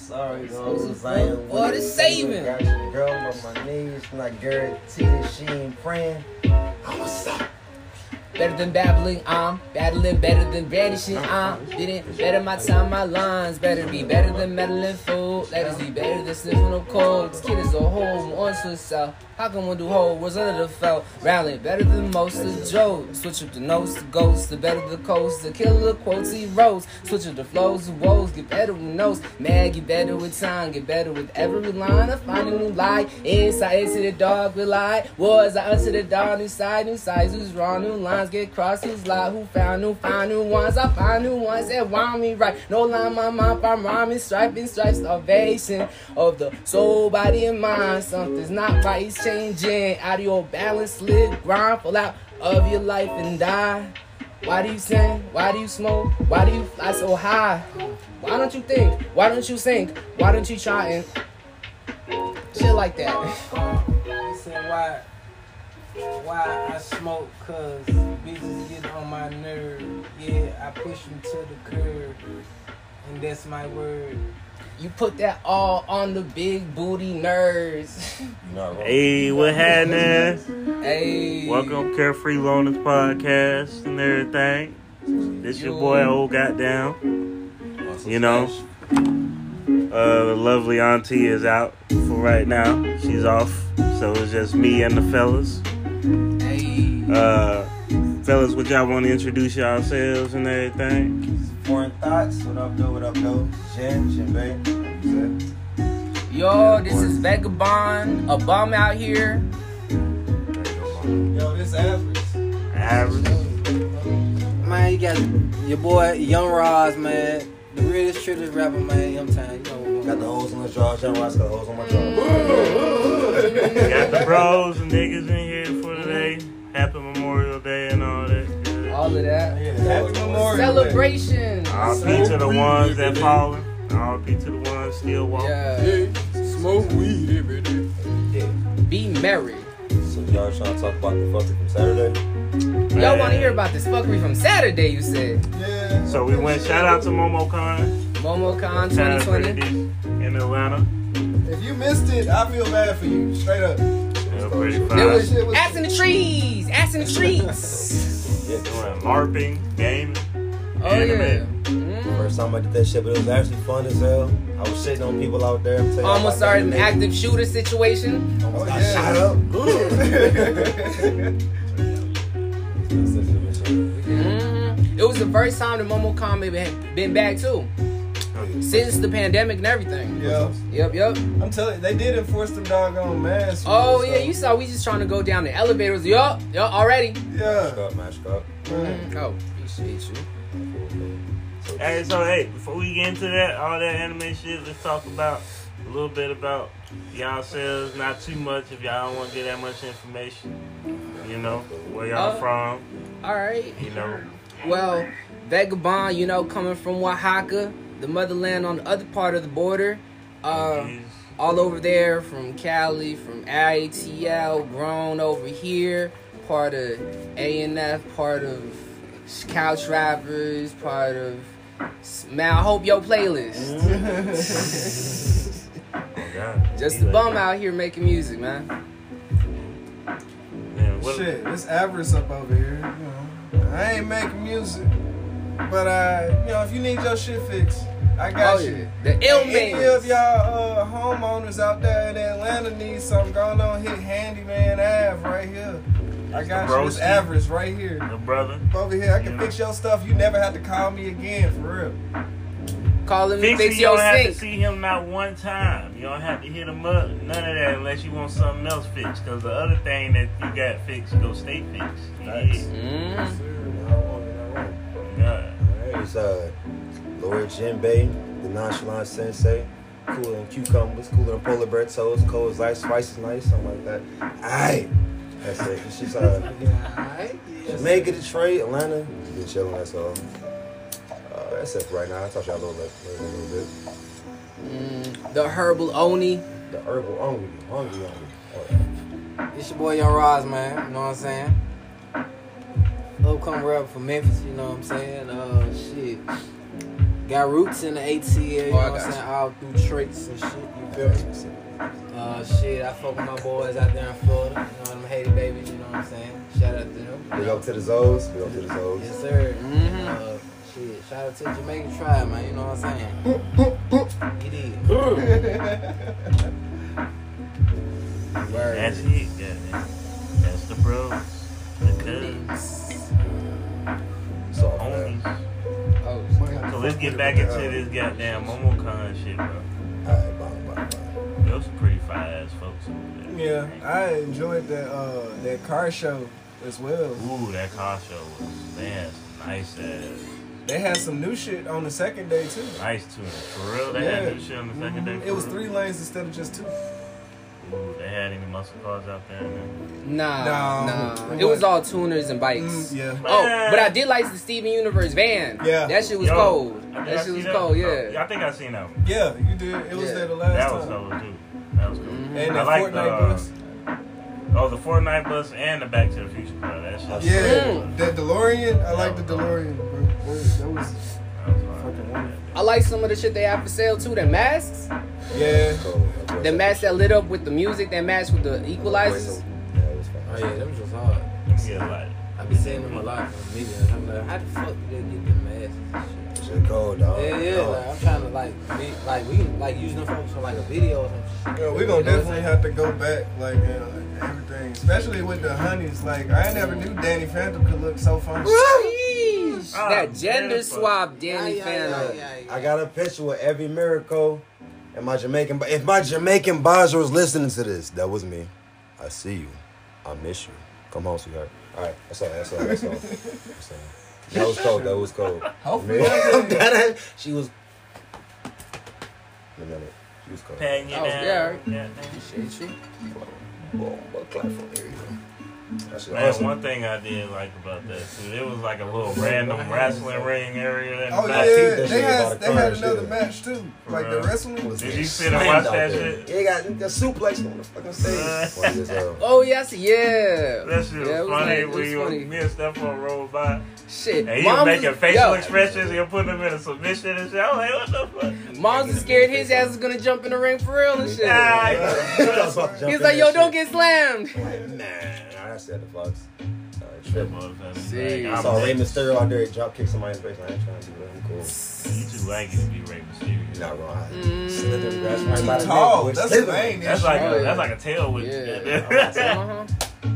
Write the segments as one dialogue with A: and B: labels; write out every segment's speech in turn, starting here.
A: sorry, though. Zion.
B: Or the saving.
A: Got your girl on my knees, and I guarantee that she ain't praying. I'm a suck.
B: Better than babbling, I'm battling. Better than vanishing, I'm didn't. Better my time, my lines. Better be better than meddling food. Letters be better than sniffing no cold. This kid is a whole I'm on to itself. How can one do whole words under the felt? Rally better than most of Joe. Switch up the nose to ghosts. The better the coast. The killer quotes he rose. Switch up the flows of woes. Get better with notes. Mad, get better with time. Get better with every line. I find a new light. Inside into the dark, we lie. Wars I unto the dawn. New side, new sides. Who's wrong? New lines get crossed. Who's lie? Who found new? Find new ones. I find new ones that want me right. No line, my mouth. I'm rhyming. Striping, stripes. Starvation of the soul, body, and mind. Something's not right. It's changing. Out of your balance, live, grind, fall out of your life and die. Why do you sing? Why do you smoke? Why do you fly so high? Why don't you think? Why don't you sink? Why don't you try and shit like that?
C: He said, why, why I smoke, cause bitches get on my nerve. Yeah, I push them to the curb. And that's my word.
B: You put that all on the big booty nerds.
A: You're not wrong.
D: Hey, what happening?
B: hey,
D: Welcome to Carefree Loners Podcast and everything. This your boy Old Goddamn. You know, uh, the lovely auntie is out for right now. She's off, so it's just me and the fellas.
B: Hey,
D: Uh, fellas, what y'all want to introduce yourselves and everything?
A: Foreign thoughts. What up, though? What up, though? Jen, Jen, babe.
B: yo, this is Vagabond, a bum out here.
C: Yo, this average.
D: Average.
C: Man, you got your boy Young Roz, man. The realest, truest rapper, man. Young time. You know what I'm
A: Got the holes in the drawers. John Ross got the holes on my drawers.
D: Got the bros and niggas in here for today. Happy Memorial Day and all that.
B: All of that.
C: Yeah, Happy Memorial
B: Celebration.
D: R.P. to the ones that fallen. R.P. to the ones still walking.
B: Yeah.
E: Smoke weed every day.
B: Be merry.
A: So y'all trying to talk about the fucker from Saturday?
B: Y'all want to hear about this fuckery from Saturday, you said.
E: Yeah.
D: So we went. Shout out to MomoCon,
B: MomoCon
D: China
B: 2020.
D: Pretty in Atlanta.
E: If you missed it, I feel bad for you. Straight up.
D: They were pretty
B: There
D: fine.
B: was ass in the trees, ass in the trees.
A: Yeah.
D: Doing LARPing, gaming.
B: oh yeah.
D: Anime.
B: Mm.
A: First time I did that shit, but it was actually fun as hell. I was shitting on people out there. I'm telling you,
B: Almost
A: like,
B: started an active shooter situation.
A: I
E: Oh,
A: got
E: yeah.
A: shot up.
B: Mm. It was the first time that MomoCon maybe had been back too since the pandemic and everything.
E: yeah.
B: Yep, yep.
E: I'm telling you, they did enforce them doggone masks.
B: Oh
E: so-
B: yeah, you saw we just trying to go down the elevators. Yup, yup, already.
A: Mask
E: Yeah.
A: up, mask up.
E: man.
B: Mm. Oh, appreciate you.
D: Hey, so hey, before we get into that, all that anime shit, let's talk about a little bit about y'all selves. Not too much if y'all don't want to get that much information. You know where y'all
B: Uh,
D: from.
B: All right.
D: You know.
B: Well, Vagabond, you know, coming from Oaxaca, the motherland on the other part of the border. Uh,
D: Jeez.
B: all over there from Cali, from IATL, grown over here, part of ANF, part of Couch Rappers, part of Mal Hope Yo playlist.
D: Mm-hmm. Oh, God.
B: Just
D: He
B: a
D: like
B: bum
D: that.
B: out here making music, man.
D: Man, what-
E: Shit, it's average up over here. You know, I ain't making music, but uh, you know, if you need your shit fixed, I got
B: Oh,
E: you.
B: yeah. The ill
E: Any of y'all
B: man.
E: uh, homeowners out there in Atlanta need something going on, hit Handyman Ave right here. I got you. It's
D: Broski.
E: average right here.
D: the brother.
E: Over here, I can fix your stuff. You never have to call me again, for real.
B: Call him to
D: Fix
B: fix
D: you don't
B: your
D: have to
B: sink.
D: see him not one time. You don't have to hit him up. None of that unless you want something else fixed. Cause the other thing that you got fixed, go stay fixed.
A: Facts.
D: Yeah.
B: Mm.
D: God.
A: It's uh, Lord Jinbei, the nonchalant sensei. Cooler than cucumbers, cooler than polar bear toes, cold as ice, spice is nice, something like that. Aye. That's it. And She's uh, Jamaica, Detroit, Atlanta. Been chilling, that's all. Uh, that's it for right now. I talked y'all a little bit. A little bit.
B: Mm. The herbal Oni.
A: The herbal hungry, hungry, hungry.
C: It's your boy Young Roz, man. You know what I'm saying? Upcoming rapper from Memphis, you know what I'm saying? Uh, shit. Got roots in the ATL, you know
E: Oh, I
C: what
E: got
C: I'm
E: you.
C: saying? All through traits and shit, you feel me? Uh, shit, I fuck with my boys out there in Florida. You know, them Haiti babies, you know what I'm saying? Shout out to them.
A: We go to the zoos. We go to the zoos.
C: Yes, sir. Uh,
E: Mm-hmm.
C: shit, shout out to Jamaican tribe, man. You know what I'm saying? it is. Word.
D: That's it, goddamn. That's the bros. The cousins.
A: So, man.
D: Homies.
C: Oh,
D: So let's get back into this goddamn MomoCon shit, bro.
A: All right, bye, bye, bye.
D: Those some pretty fire ass folks over
E: Yeah,
D: there.
E: I enjoyed that uh that car show as well.
D: Ooh, that car show was they had some nice ass,
E: They had some new shit on the second day too.
D: nice tuning. For real, they
E: Yeah.
D: had new shit on the second day.
E: It
D: for
E: was
D: real?
E: three lanes instead of just two.
D: Ooh, they had any muscle cars out there? Man?
B: Nah,
E: No,
B: nah.
E: it
B: It was
E: wasn't.
B: all tuners and bikes.
E: Mm, yeah.
B: Oh, but I did like the Steven Universe van.
E: Yeah.
B: That shit was
D: Yo,
B: cold.
D: I think I
B: That shit
D: seen
B: was cold,
D: Oh,
B: yeah.
D: I think I seen that. One.
E: Yeah, you did. It was
B: Yeah.
E: there the last
D: That was
E: time.
D: cool too. That was cool.
E: And
D: I
E: the
D: like
E: Fortnite
D: the uh,
E: bus.
D: oh the Fortnite bus and the Back to the Future bro. That shit.
E: Yeah,
B: Mm.
E: that DeLorean. I like the DeLorean, bro. That was
D: That was hard.
E: Fucking wonderful.
B: I like some of the shit they have for sale too. The masks.
E: yeah.
A: Cool.
B: The masks that lit up with the music that matched with the equalizers.
A: Yeah, it was fine.
C: Oh, yeah, them just hard.
D: Yeah, like
C: I be seeing them a lot from the media. and I'm like, how the fuck did they get them masks and shit?
A: Shit cold, dog.
C: Yeah, yeah, like, I'm trying to like, be, like we like using them for, for like a video or something.
E: Yeah, we gonna definitely have to go back, like you know, like, everything, especially with the honeys. Like I never knew Danny Phantom could look so funny.
B: Sheesh.
D: Ah,
B: that gender
D: beautiful.
B: swab Danny Phantom.
A: I got a picture with every miracle and my Jamaican. If my Jamaican Baja was listening to this, that was me. I see you. I miss you. Come home, sweetheart. All right, that's all. That's all. That's all. That's all. That was cold. That was cold.
E: Hopefully,
A: Man, that- she was. Wait a minute. She was cold.
D: patting you
B: Oh,
D: down.
B: yeah, right.
D: Yeah,
B: Appreciate you.
A: Boom, but clap for area. That shit
D: Man,
A: awesome.
D: one thing I did like about that too, it was like a little random wrestling ring area. In the
E: oh
D: back.
E: yeah,
A: that
E: they
A: shit
E: had
A: about
E: they
A: a
E: had
A: car,
E: another
A: shit.
E: match too, like the
D: Bruh.
E: wrestling. Was
D: Did
E: big.
D: you sit and
A: Slammed
D: watch
A: out
D: that
A: there.
D: shit?
A: Yeah, got the suplex on the fucking stage. Funny as hell.
B: Oh yeah, I see. Yeah.
D: That shit was
B: yeah, it
D: funny
B: nice. It
D: when you me and Stephon rolled by.
B: Shit.
D: And he
B: Mom's-
D: was making facial
B: yo,
D: expressions and putting them in a submission and shit. I'm like, what the fuck?
B: Moms is scared his ass is gonna jump in the ring for real and shit.
D: Ah,
A: That's why I jumped
B: He's
A: in
B: like,
A: that
B: yo,
A: shit.
B: don't get slammed.
A: Nah, I just said the Fox. Uh, trip.
D: motherfucker.
B: See.
A: I
D: Like,
A: saw
D: I'm
A: Rey
D: like,
A: Mysterio out there drop kick somebody in the face. I ain't trying to do that. I'm cool.
D: you too lanky to be Rey Mysterio.
A: You're not wrong.
B: Mm.
A: Slither and grasp right by the
E: Tall,
A: neck, boy.
E: that's
A: Slither.
E: the thing.
D: That's like
B: Oh,
D: a,
B: yeah.
D: that's like a tailwind.
B: Yeah.
D: Yeah.
B: Uh-huh.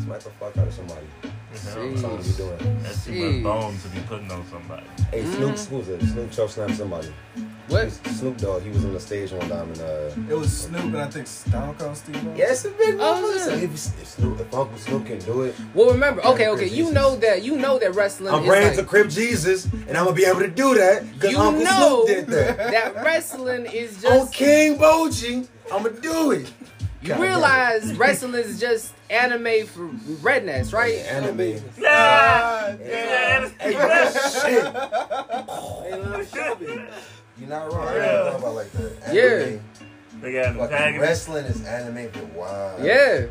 A: Smack the fuck out of somebody. That's all you
B: Jeez.
A: doing.
D: That's too
B: Jeez.
D: much bone to be putting on somebody.
A: Hey, Snoop, who was it? Snoop choke snapped somebody.
B: Mm-hmm. What?
A: Snoop Dogg, he was on the stage one time and uh.
E: It was Snoop and I think Stone Cold Steve. Austin.
A: Yes, a big
B: Oh, yeah.
A: If, if Snoop, if Uncle Snoop can do it,
B: Well, remember, okay, okay,
A: Chris
B: you
A: Jesus.
B: know that, you know that wrestling
A: I'm
B: is
A: praying
B: like,
A: to Crip Jesus, and I'm gonna be able to do that because
B: you
A: Uncle
B: know
A: Snoop did that.
B: that wrestling is
A: On
B: just,
A: King Boji, I'm gonna do it.
B: you realize wrestling is just anime for rednecks, right?
A: Anime.
D: Nah.
E: Ah,
D: Yeah.
A: Hey, shit.
E: You're not
A: I ain't thought about it like that. Anime,
D: They got an
A: fucking
D: antagonist.
A: wrestling is anime, but wow.
B: Yeah.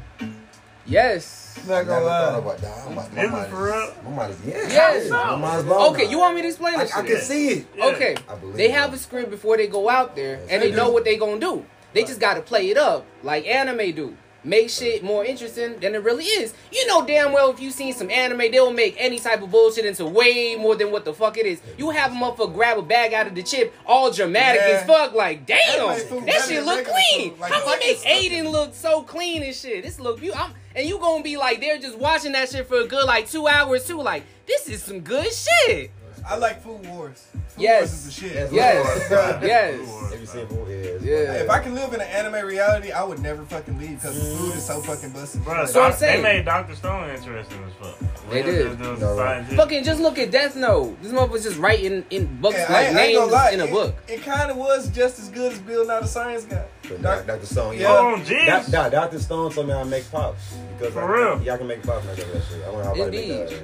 B: Yes.
E: Not
A: Never
E: gonna
A: thought
E: lie.
A: about that. I'm like, my
D: Is it
A: mind
D: for
A: is-
D: real?
A: My mind is yeah.
B: Yes.
A: My mind's blown.
B: Okay, you want me to explain
A: I, I
B: this? shit?
A: can see it.
D: Yeah.
B: Okay.
A: I believe
B: They
A: it.
B: have a script before they go out there,
A: Yes,
B: and
A: they
B: they know
A: do.
B: what they gonna do. They just gotta play it up like anime do. Make shit more interesting than it really is. You know damn well if you seen some anime, they'll make any type of bullshit into way more than what the fuck it is. You have a motherfucker grab a bag out of the chip, all dramatic
E: Yeah.
B: as fuck. Like damn,
E: That shit look
B: that,
E: better
B: shit look
E: than regular
B: clean.
E: food, like
B: How you
E: fucking
B: make
E: stuff.
B: Aiden look so clean and shit? This look beautiful. I'm, and you gonna be like they're just watching that shit for a good like two hours too. Like this is some good shit.
E: I like Food Wars. Food
B: Yes.
E: Wars is the shit.
B: Yes.
A: Lord.
B: Yes.
A: Have you seen who is?
B: Yeah.
E: If I could live in an anime reality, I would never fucking leave because the food is so fucking busted.
D: Bruh,
B: So I'm
D: Doc-
B: saying-
D: They made Dr. Stone interesting as fuck.
B: They
D: Real-
B: did.
D: real- real
A: No, right.
D: scientific-
B: Fucking just look at Death Note. This motherfucker's just writing in books
E: Yeah,
B: like
E: ain't
B: names
E: gonna lie,
B: in a
E: it-
B: book.
E: It, kind of was just as good as Bill Out a Science Guy.
A: But
E: Doc-
A: Doc- Dr. Stone,
E: Yeah.
A: yeah.
D: Oh, jeez.
A: Doc- Doc- Dr. Stone told me I make pops. Because
D: For
A: I,
D: real?
A: Y'all can make pops like that shit. I wonder how about
B: Indeed.
A: that.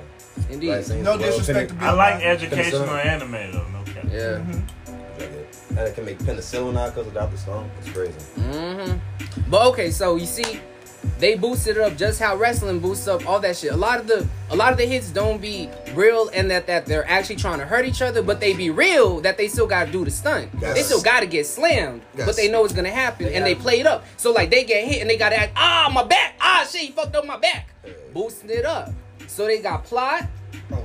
B: Indeed.
A: Right, same
E: no
A: as well.
E: disrespect to
A: Penny-
E: Bill.
D: I like
E: Nye.
D: educational anime though. No cap.
E: mm-hmm.
B: Yeah.
A: And I can make penicillin out because of Dr. Stone. It's crazy.
B: Mm-hmm. But okay, so you see, they boosted it up just how wrestling boosts up all that shit. A lot of the a lot of the hits don't be real and that that they're actually trying to hurt each other, but they be real that they still gotta do the stunt.
A: Yes.
B: They still gotta get slammed,
A: Yes.
B: but they know it's gonna happen and they play it up. So like they get hit and they gotta act, ah my back, ah shit, he fucked up my back. Boosting it up. So they got plot,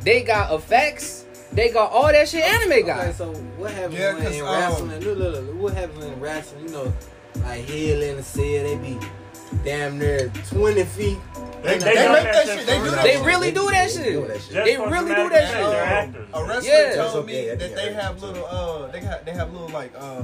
B: they got effects, they got all that shit anime got.
C: Okay, so what happens
E: Yeah,
C: when
E: 'cause,
C: in
E: um,
C: wrestling? Look, look, look, what happens in wrestling? You know, like Hill and the cell, they be damn near twenty feet.
A: They, they
D: They know
A: make
D: that
A: that shit.
D: shit
A: They do
D: for real.
A: that.
B: They
A: shit.
B: really do that shit.
D: Just
B: They
D: for
B: really do
D: dramatic
B: that
D: effect,
B: shit. Oh,
D: They're
E: Um,
D: actors.
E: a wrestler
B: Yeah.
E: told
A: That's okay,
E: me
A: that's
E: that they
A: okay.
E: have little uh they got they have little like uh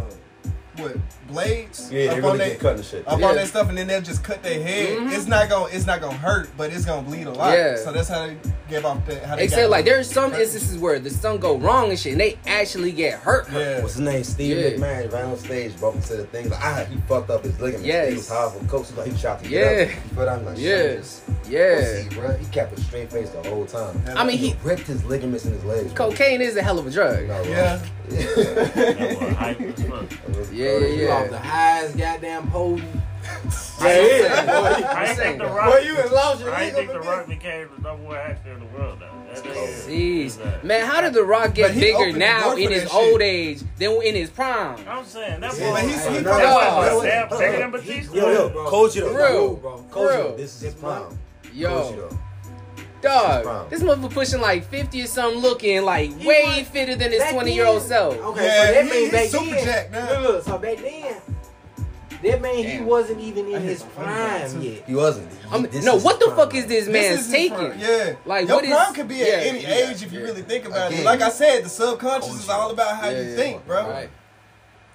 E: what blades
A: Yeah, they
E: up
A: really
E: on
A: get
E: that
A: cut and shit.
E: up
B: Yeah.
E: on that stuff and then they'll just cut their head.
B: Mhm.
E: It's not gonna it's not gonna hurt, but it's gonna bleed a lot.
B: Yeah.
E: So that's how they give off the how they
B: Except
E: got-
B: like there's some instances where the sun go wrong and shit, and they actually get hurt. hurt.
E: Yeah.
A: What's his name? Steve
B: Yeah.
A: McMahon ran on stage, broke into the thing. Like, ah, he fucked up his ligament.
B: Yes.
A: He was horrible. Coach was like, he tried to
B: Yeah.
A: get up. But I'm like,
B: Yes.
A: Yeah.
B: Yeah.
A: See, bro, he kept a straight face the whole time.
E: Yeah.
B: I mean,
A: He
B: he
A: ripped his ligaments in his legs. bro.
B: cocaine is a hell of a drug.
A: No, bro.
E: Yeah.
D: That boy hype as fuck.
B: Yeah, yeah,
C: You
B: yeah.
C: off the highest goddamn pole.
D: I ain't think the rock.
E: Well, you in lost your
D: I ain't think
E: legal
D: the rock became the number one actor in the world though. That nigga is-
B: Jeez. Man, how did The Rock get
E: But he
B: bigger
E: opened the
B: now
E: door for
B: in his
E: that shit.
B: old age than in his prime?
D: I'm saying that boy.
E: Yeah, but he's- he
D: that
E: probably-
D: boy was
A: Yeah.
D: damn bigger than Batista.
A: Yo, yo,
C: Bro.
A: Kojiro.
B: For real,
A: bro.
B: for
A: Kojiro,
B: real.
A: this is his
C: This
A: prime.
B: Yo,
A: Kojiro.
B: dog,
A: prime.
B: this motherfucker pushing like 50 or something, looking like
C: He
B: way
C: was-
B: fitter than his
C: Back
B: 20 year old
C: then-
B: self.
C: Okay,
E: Yeah,
C: so that
E: he-
C: mean
E: he's
C: back
E: super
C: then.
E: jacked now.
C: Look, look, so back then, that mean he
B: Damn.
C: wasn't even in
E: hit
C: his
E: some funny buttons,
C: prime
E: too.
C: yet.
A: He wasn't. He-
B: I'm,
A: this
B: no,
A: is
B: what the
A: prime.
B: fuck is this man's
E: is his
B: taking?
E: prime. Yeah.
B: Like,
E: your
B: what is-
E: prime could be at
B: yeah,
E: any
B: yeah,
E: age if you
B: yeah.
E: really think about it.
A: Again.
E: Like I said, the subconscious is all about how
B: Yeah,
E: you
B: yeah.
E: think, bro.
B: Right.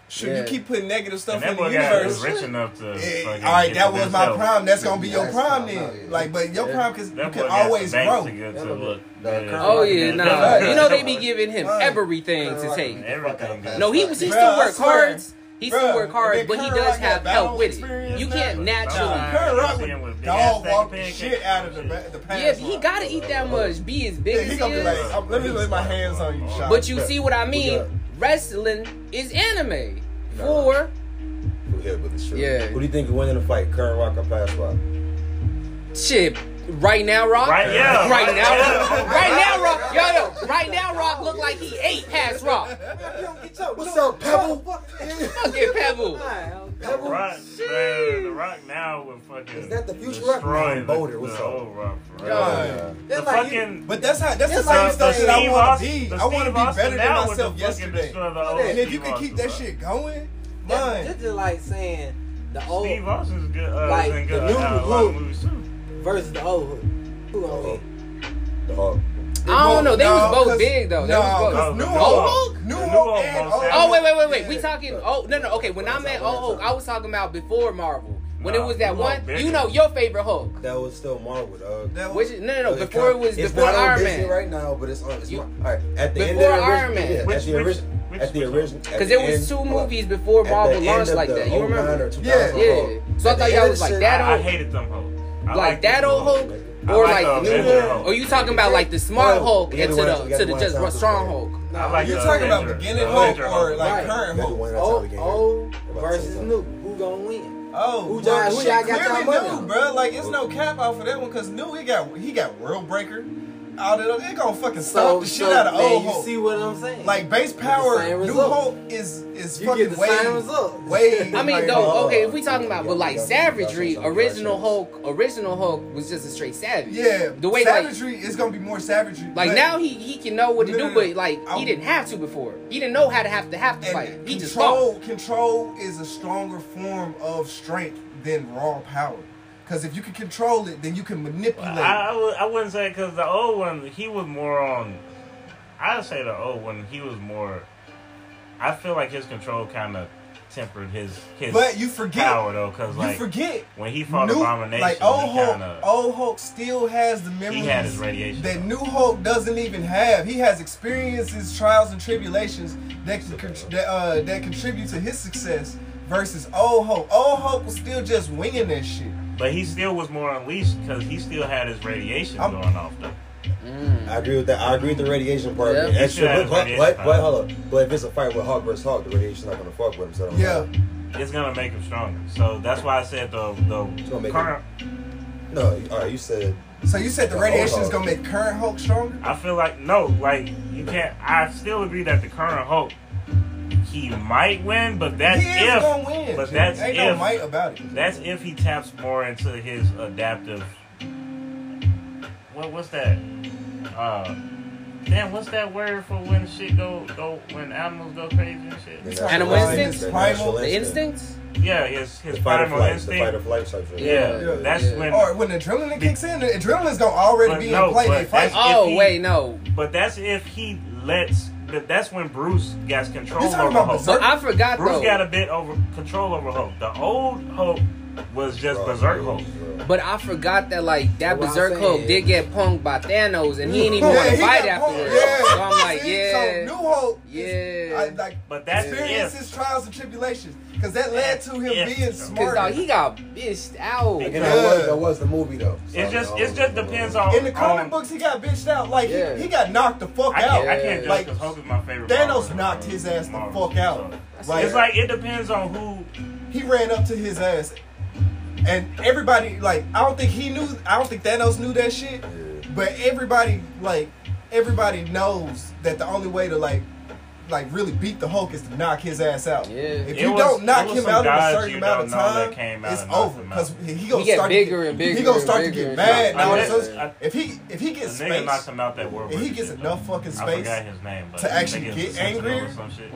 E: Shoot,
B: Yeah.
E: you keep putting negative stuff
D: And
E: in
D: that
E: the
D: boy got
E: universe.
D: was rich enough to.
E: Yeah,
D: fucking
E: all right,
D: get
E: that
D: to
E: was
D: this
E: my
D: level.
E: prime. That's gonna be
A: Yeah,
E: your
A: that's
E: prime
A: my prime,
E: then.
A: yeah.
E: Like, but your
B: Yeah.
E: prime because
D: That
E: you
D: boy
E: can
D: got the
E: always
D: bank
E: grow.
D: To get to
A: That
D: look.
A: boy- that
D: yeah.
A: curve.
B: Oh, yeah,
A: Right.
B: nah. You know, they be
A: Right.
B: giving him
E: Right.
B: everything to take.
D: Everything.
A: Okay.
D: good.
B: No, he was. He
E: Bruh,
B: still
E: I
B: work
E: swear.
B: hard. He
E: Bruh,
B: still work
E: if
B: hard, but he
E: Kurt
B: does
E: Rock got
B: have
E: battle
B: help with it.
E: experience
B: You
E: now,
B: can't
E: but
D: Nah.
B: naturally.
E: Kurt Rock
D: Yeah, with
E: would
D: big
E: dog
D: ass
E: walk the
D: pancake.
E: shit out of the ba- the pants.
B: Yeah, but he gotta eat that much. Be as big
E: Yeah,
B: as
E: he
B: he
E: gonna be like,
B: is.
E: I'm- let me lay my hands on you, shot.
B: But you see what I
A: got?
B: mean? Wrestling is anime.
A: Nah.
B: For
A: Who hit with the shit?
B: Yeah.
A: Who do you think will win in the fight? Current Rock or Past Rock?
B: shit, right now, Rock.
D: Right, yeah.
B: Right now,
D: Yeah.
B: Rock. Right now, Rock. Yo, yo. Right now, Rock look like he ate past Rock.
A: What's up, Pebble?
B: Fucking Pebble.
D: The Rock, man, the Rock now would fucking.
A: Is that the future Rock?
D: destroy
A: Nah,
D: the-
A: Boulder, what's
D: the
A: up?
D: whole Rock, bro.
A: Uh,
D: The fucking.
E: But that's how that's
D: the-
E: the same
D: the
E: stuff that I
D: Steve
E: want to
D: Austin-
E: be.
D: the
E: I want to
D: Steve
E: be
D: Austin
E: better than
D: now would
E: myself
D: fucking
E: yesterday.
D: destroy the old
E: And if
D: Steve
E: you can keep
D: Austin,
E: that
D: bro.
E: shit going,
C: That's
E: mine.
C: that's just like saying the
E: oh.
C: old
D: Steve Austin's good. Uh,
C: Like,
D: been
C: the
D: good.
C: new
D: uh, a lot of
C: Hulk.
D: movies too.
C: versus the old hood. Who gonna win?
A: The Hawk.
B: I don't know. They was both
E: 'cause-
B: big, though. They
E: no,
B: was both-
E: 'cause
D: Oh,
E: New
D: the
E: Hulk,
D: Hulk.
E: New
D: The New
E: Hulk,
D: Hulk
E: and
D: most
B: Oh wait, wait, wait, wait. We talking? Oh no, no. Okay, when I met Old Hulk, I was talking about before Marvel. When it
D: Nah,
B: was that
D: you
B: one,
D: want bigger.
B: you know, your favorite Hulk.
A: That was still Marvel, dog.
E: That
B: Which
E: was-
B: is, no, no, no. Before it was before
A: not on
B: Iron
A: Disney
B: Man.
A: right now, but it's on. It's
B: You-
A: Mar- all right. At the end
B: Before
A: of the
B: Iron
A: origi-
B: Man.
A: yeah,
D: Which-
A: at the
D: which-
A: original,
D: which-
A: at the
D: which-
A: original,
B: Because there was two movies before Marvel launched like that. You
A: oh
B: remember?
E: Yeah.
B: Yeah. So I thought y'all was like that
D: I, I
B: old,
D: hated them Hulk. I
B: like that old Hulk,
D: I
B: or
D: like
B: like,
D: the
B: the new
D: original
B: one.
D: Hulk.
B: Or you talking about like the smart
A: Oh,
B: Hulk
A: the
B: and
A: other
B: to
A: one-
B: the
A: the
B: to
A: other
B: the
A: one
B: just
A: sounds
B: strong
A: familiar.
B: Hulk.
D: I like
E: You're
D: the
E: talking about
D: Avenger,
E: beginning
D: the
E: Hulk
D: Avenger
E: or like
C: Right.
E: current
A: That's the
E: Hulk?
A: one that's
B: Oh,
C: Old,
A: out again.
C: old versus new. Who gonna win?
E: Oh,
C: Who
E: well,
C: y'all- who
E: shit,
C: y'all got
E: clearly
C: y'all money
E: new,
C: on?
E: bro. Like it's no cap out for that one because new he got he got world breaker. All that other- they gonna fucking stop
C: So,
E: the
C: so
E: shit out of
C: man,
E: old
C: you
E: Hulk.
C: see what I'm saying?
E: Like base
C: the
E: power,
C: same
E: new
C: result.
E: Hulk is is
C: You
E: fucking
C: get the
E: way
C: same result.
E: way.
B: I mean,
E: higher.
B: though,
A: uh,
B: okay, if we talking about, but like
A: yeah,
B: savagery,
A: yeah, yeah, yeah,
B: original
A: yeah.
B: Hulk, original Hulk was just a straight savage.
E: Yeah,
B: the way like,
E: savagery is gonna be more savagery.
B: like
E: but-
B: now he he can know what to
E: No, no,
B: do,
E: no.
B: but like
E: I-
B: he didn't have to before. He didn't know how to have to have to
E: and
B: fight. He just
E: control
B: fought.
E: control is a stronger form of strength than raw power. Because if you can control it, then you can manipulate.
D: I, I, would- I wouldn't say because the old one he was more on. I'd say the old one he was more. I feel like his control kind of tempered his his
E: But you forget-
D: power though because
E: you
D: like
E: forget
D: when he fought
E: New-
D: Abomination
E: Like old
D: he
E: Hulk,
D: kind of
E: old Hulk still has the memories
D: had his radiation,
E: that
D: though.
E: New Hulk doesn't even have. He has experiences, trials, and tribulations that can con- that, uh, that contribute to his success. Versus old Hulk, old Hulk was still just winging that shit.
D: but he still was more unleashed because he still had his radiation
E: I'm-
D: going off though.
A: I agree with that. I agree with the radiation part.
B: Yeah.
A: Yeah. Extra,
D: Yeah,
A: but, but,
D: radiation
A: but,
D: part.
A: but hold up. But if it's a fight with Hawk versus Hawk, the radiation's not gonna fuck with him. So it don't
E: Yeah,
A: matter.
D: it's gonna make him stronger. So that's why I said the
A: gonna
D: the
A: make
D: current.
A: No, all right. You said
E: So you said the
A: Oh,
E: radiation
A: Hulk.
E: is gonna make current Hulk stronger?
D: I feel like no, like you can't. I still agree that the current Hulk he might win, but that's
E: he is
D: if.
E: gonna win.
D: but
E: Jim.
D: that's
E: ain't
D: if.
E: no might about it.
D: That's if he taps more into his adaptive. What what's that? Uh, damn, what's that word for when shit go go when animals go crazy and
A: the
D: shit?
E: talking
B: Animal
E: about
B: instincts?
E: his
A: Primal
E: primal-
B: The instincts?
D: Yeah, his his
A: the fight or
D: primal
A: flight, the
D: instinct.
A: fight or flight type shit.
D: yeah,
E: Yeah,
D: that's
B: yeah.
D: when.
E: Or when adrenaline kicks in, the adrenaline's gonna already
D: But
E: be
D: no,
E: in play.
D: but
E: They fight.
D: that's-
B: Oh,
D: he-
B: wait, no.
D: But that's if he lets. but That's when Bruce gets control
E: You talking
D: over
E: about
D: Hulk.
E: Berserk?
B: But I forgot,
D: Bruce
B: though.
D: got a bit over control over Hulk. The old Hulk was just Berserk Hulk.
B: But I forgot that like that
C: What I'm
B: Berserk Hulk
C: saying.
B: did get punked by Thanos, and he didn't even want to
E: he
B: fight
E: got
B: afterwards.
E: pulled. Yeah.
B: So I'm like,
E: See,
B: yeah,
E: So New Hope,
B: Yeah.
E: Is, I, like,
D: But that's
E: experiences, trials, and tribulations, because that led to him
D: If.
E: being
B: because
E: smart.
B: dog, uh, he got bitched out.
A: Again,
D: Because-
A: that was, that was the movie though. So,
D: It just
A: I
D: it
A: don't
D: just
A: know.
D: depends on
E: in the comic
D: on-
E: books, he got bitched out. Like he-
B: Yeah.
E: he, got knocked the fuck
D: I
E: out.
D: can't, I can't judge
E: Like,
D: because Hulk is my favorite.
E: Thanos
D: Marvel
E: knocked
D: hero.
E: his ass the
D: Marvel,
E: fuck out.
D: so.
E: Like,
D: It's like it depends on who.
E: he ran up to his ass, and everybody like I don't think he knew. I don't think Thanos knew that shit. But everybody like everybody knows that the only way to like like really beat the Hulk is to knock his ass out.
B: Yeah.
E: If
D: It
E: you
D: was-
E: don't knock
D: it was
E: him
D: some
E: out in
D: guys
E: a certain
D: you
E: amount
D: don't
E: of
D: know that
E: time,
D: came out
E: it's
D: and knocked
E: over
D: him
E: because
D: out.
E: he gonna
B: He get
E: start
B: bigger
E: to,
B: and bigger
E: He gonna
B: and
E: start
B: bigger
E: to get
B: and
E: mad.
B: bigger.
E: Now,
D: I
E: it's
D: just-
E: just-
D: I-
E: if he if he
D: The
E: gets
D: nigga
E: space,
D: knocked him out that world.
E: if he
D: version
E: gets
D: shit,
E: enough
D: though.
E: fucking
D: I
E: space
D: forgot his name, but
E: to
D: I
E: actually
D: think
E: get
D: it's Sentinel
E: angrier,
D: or some shit.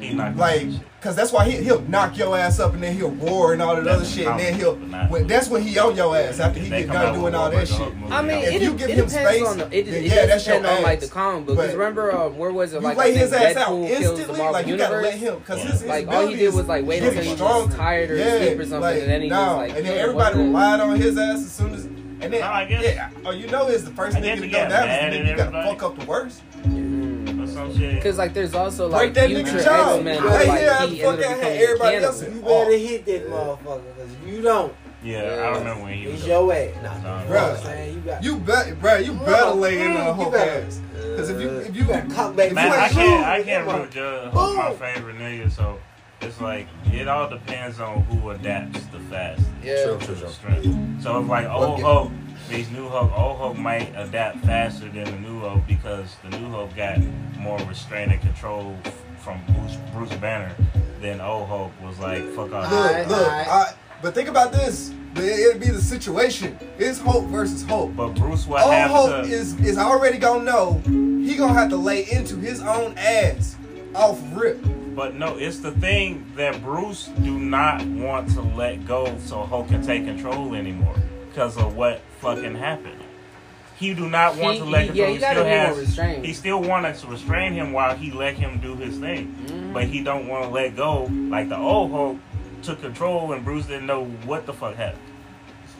D: He knocked him
E: Like,
D: out and shit.
E: cause that's why he he'll knock your ass up and then he'll roar and all that
D: That's
E: other shit and then
D: not-
E: he'll
D: not-
E: when, that's when he on your ass after he
D: They
E: get
D: come out
E: done
D: with
E: doing all
D: Wolverine,
E: that shit.
D: Hulk movie,
B: I mean,
D: yeah.
E: If
B: it,
E: you
B: it
E: give him
B: depends
E: space,
B: on the, it,
E: then
B: it
E: yeah,
B: does
E: that's your
B: depend on like the
E: ass.
B: comic book. Because
E: But
B: remember, uh, where was it?
E: You
B: Like I
E: lay
B: think
E: his ass out
B: Deadpool kills the
E: instantly.
B: Marvel
E: Like you gotta
B: universe.
E: let him, cause his, his
B: Like all he
E: ability
B: did
E: is
B: was like wait
E: getting
B: until he was
E: stronger.
B: tired or sleep or something,
E: like,
B: and then he
E: nah.
B: was like,
E: and
B: "Hey,
E: then
B: what
E: everybody
B: the-"
E: relied on his ass as soon as. And then,
D: Nah, I guess-
E: yeah, oh, you know, is the first
D: I guess
E: nigga to
D: he
E: go
D: got mad
E: down. Is the
D: at
E: nigga you gotta
D: everybody.
E: fuck up the worst.
D: Or some shit.
B: Because like there's also
E: Break
B: like
E: that
B: future
E: nigga
B: X
E: job.
B: Men,
E: Right
B: like
E: here, I
B: he ended
E: fucking
B: up
E: had
B: becoming
E: everybody
B: a
E: else.
B: cannibal.
C: You better hit that motherfucker, cause if you don't,
D: yeah,
B: Yeah.
D: I remember when he was.
C: it's
D: a-
C: your ass. Nah,
D: Nah,
C: you know what
E: bruh.
C: I'm saying? You got
E: You bet, bro. You better lay in
C: You
E: the whole
C: better.
E: ass. Cause if you if you
C: got cock back.
D: Man,
E: You
D: I
E: ain't
D: can't,
E: rude.
D: I can't
C: Come on.
D: root judge who's my
C: Boom.
D: favorite nigga, so it's like it all depends on who adapts the fast
B: Yeah.
A: True, true,
D: to the
A: true.
D: strength. So it's like old Hulk, these new Hulk, old Hulk might adapt faster than the new Hulk because the new Hulk got more restraint and control f- from Bruce, Bruce Banner than old Hulk was like fuck off.
E: Look,
C: Alright,
E: look.
C: alright.
E: I, but think about this. It, it'd be the situation. It's Hulk versus Hulk.
D: But uh, Bruce will
E: All
D: have
E: Hulk
D: to.
E: is is already gonna know he gonna have to lay into his own ass off rip.
D: But no, it's the thing that Bruce do not want to let go so Hulk can take control anymore because of what fucking happened. He do not want
B: He-
D: to let
B: he-
D: control.
B: yeah,
D: he
B: you gotta
D: still
B: be more
D: has.
B: restrained.
D: He still wanted to restrain him while he let him do his thing,
B: Mm-hmm.
D: but he don't want to let go like the old Hulk took control and Bruce didn't know what the fuck happened.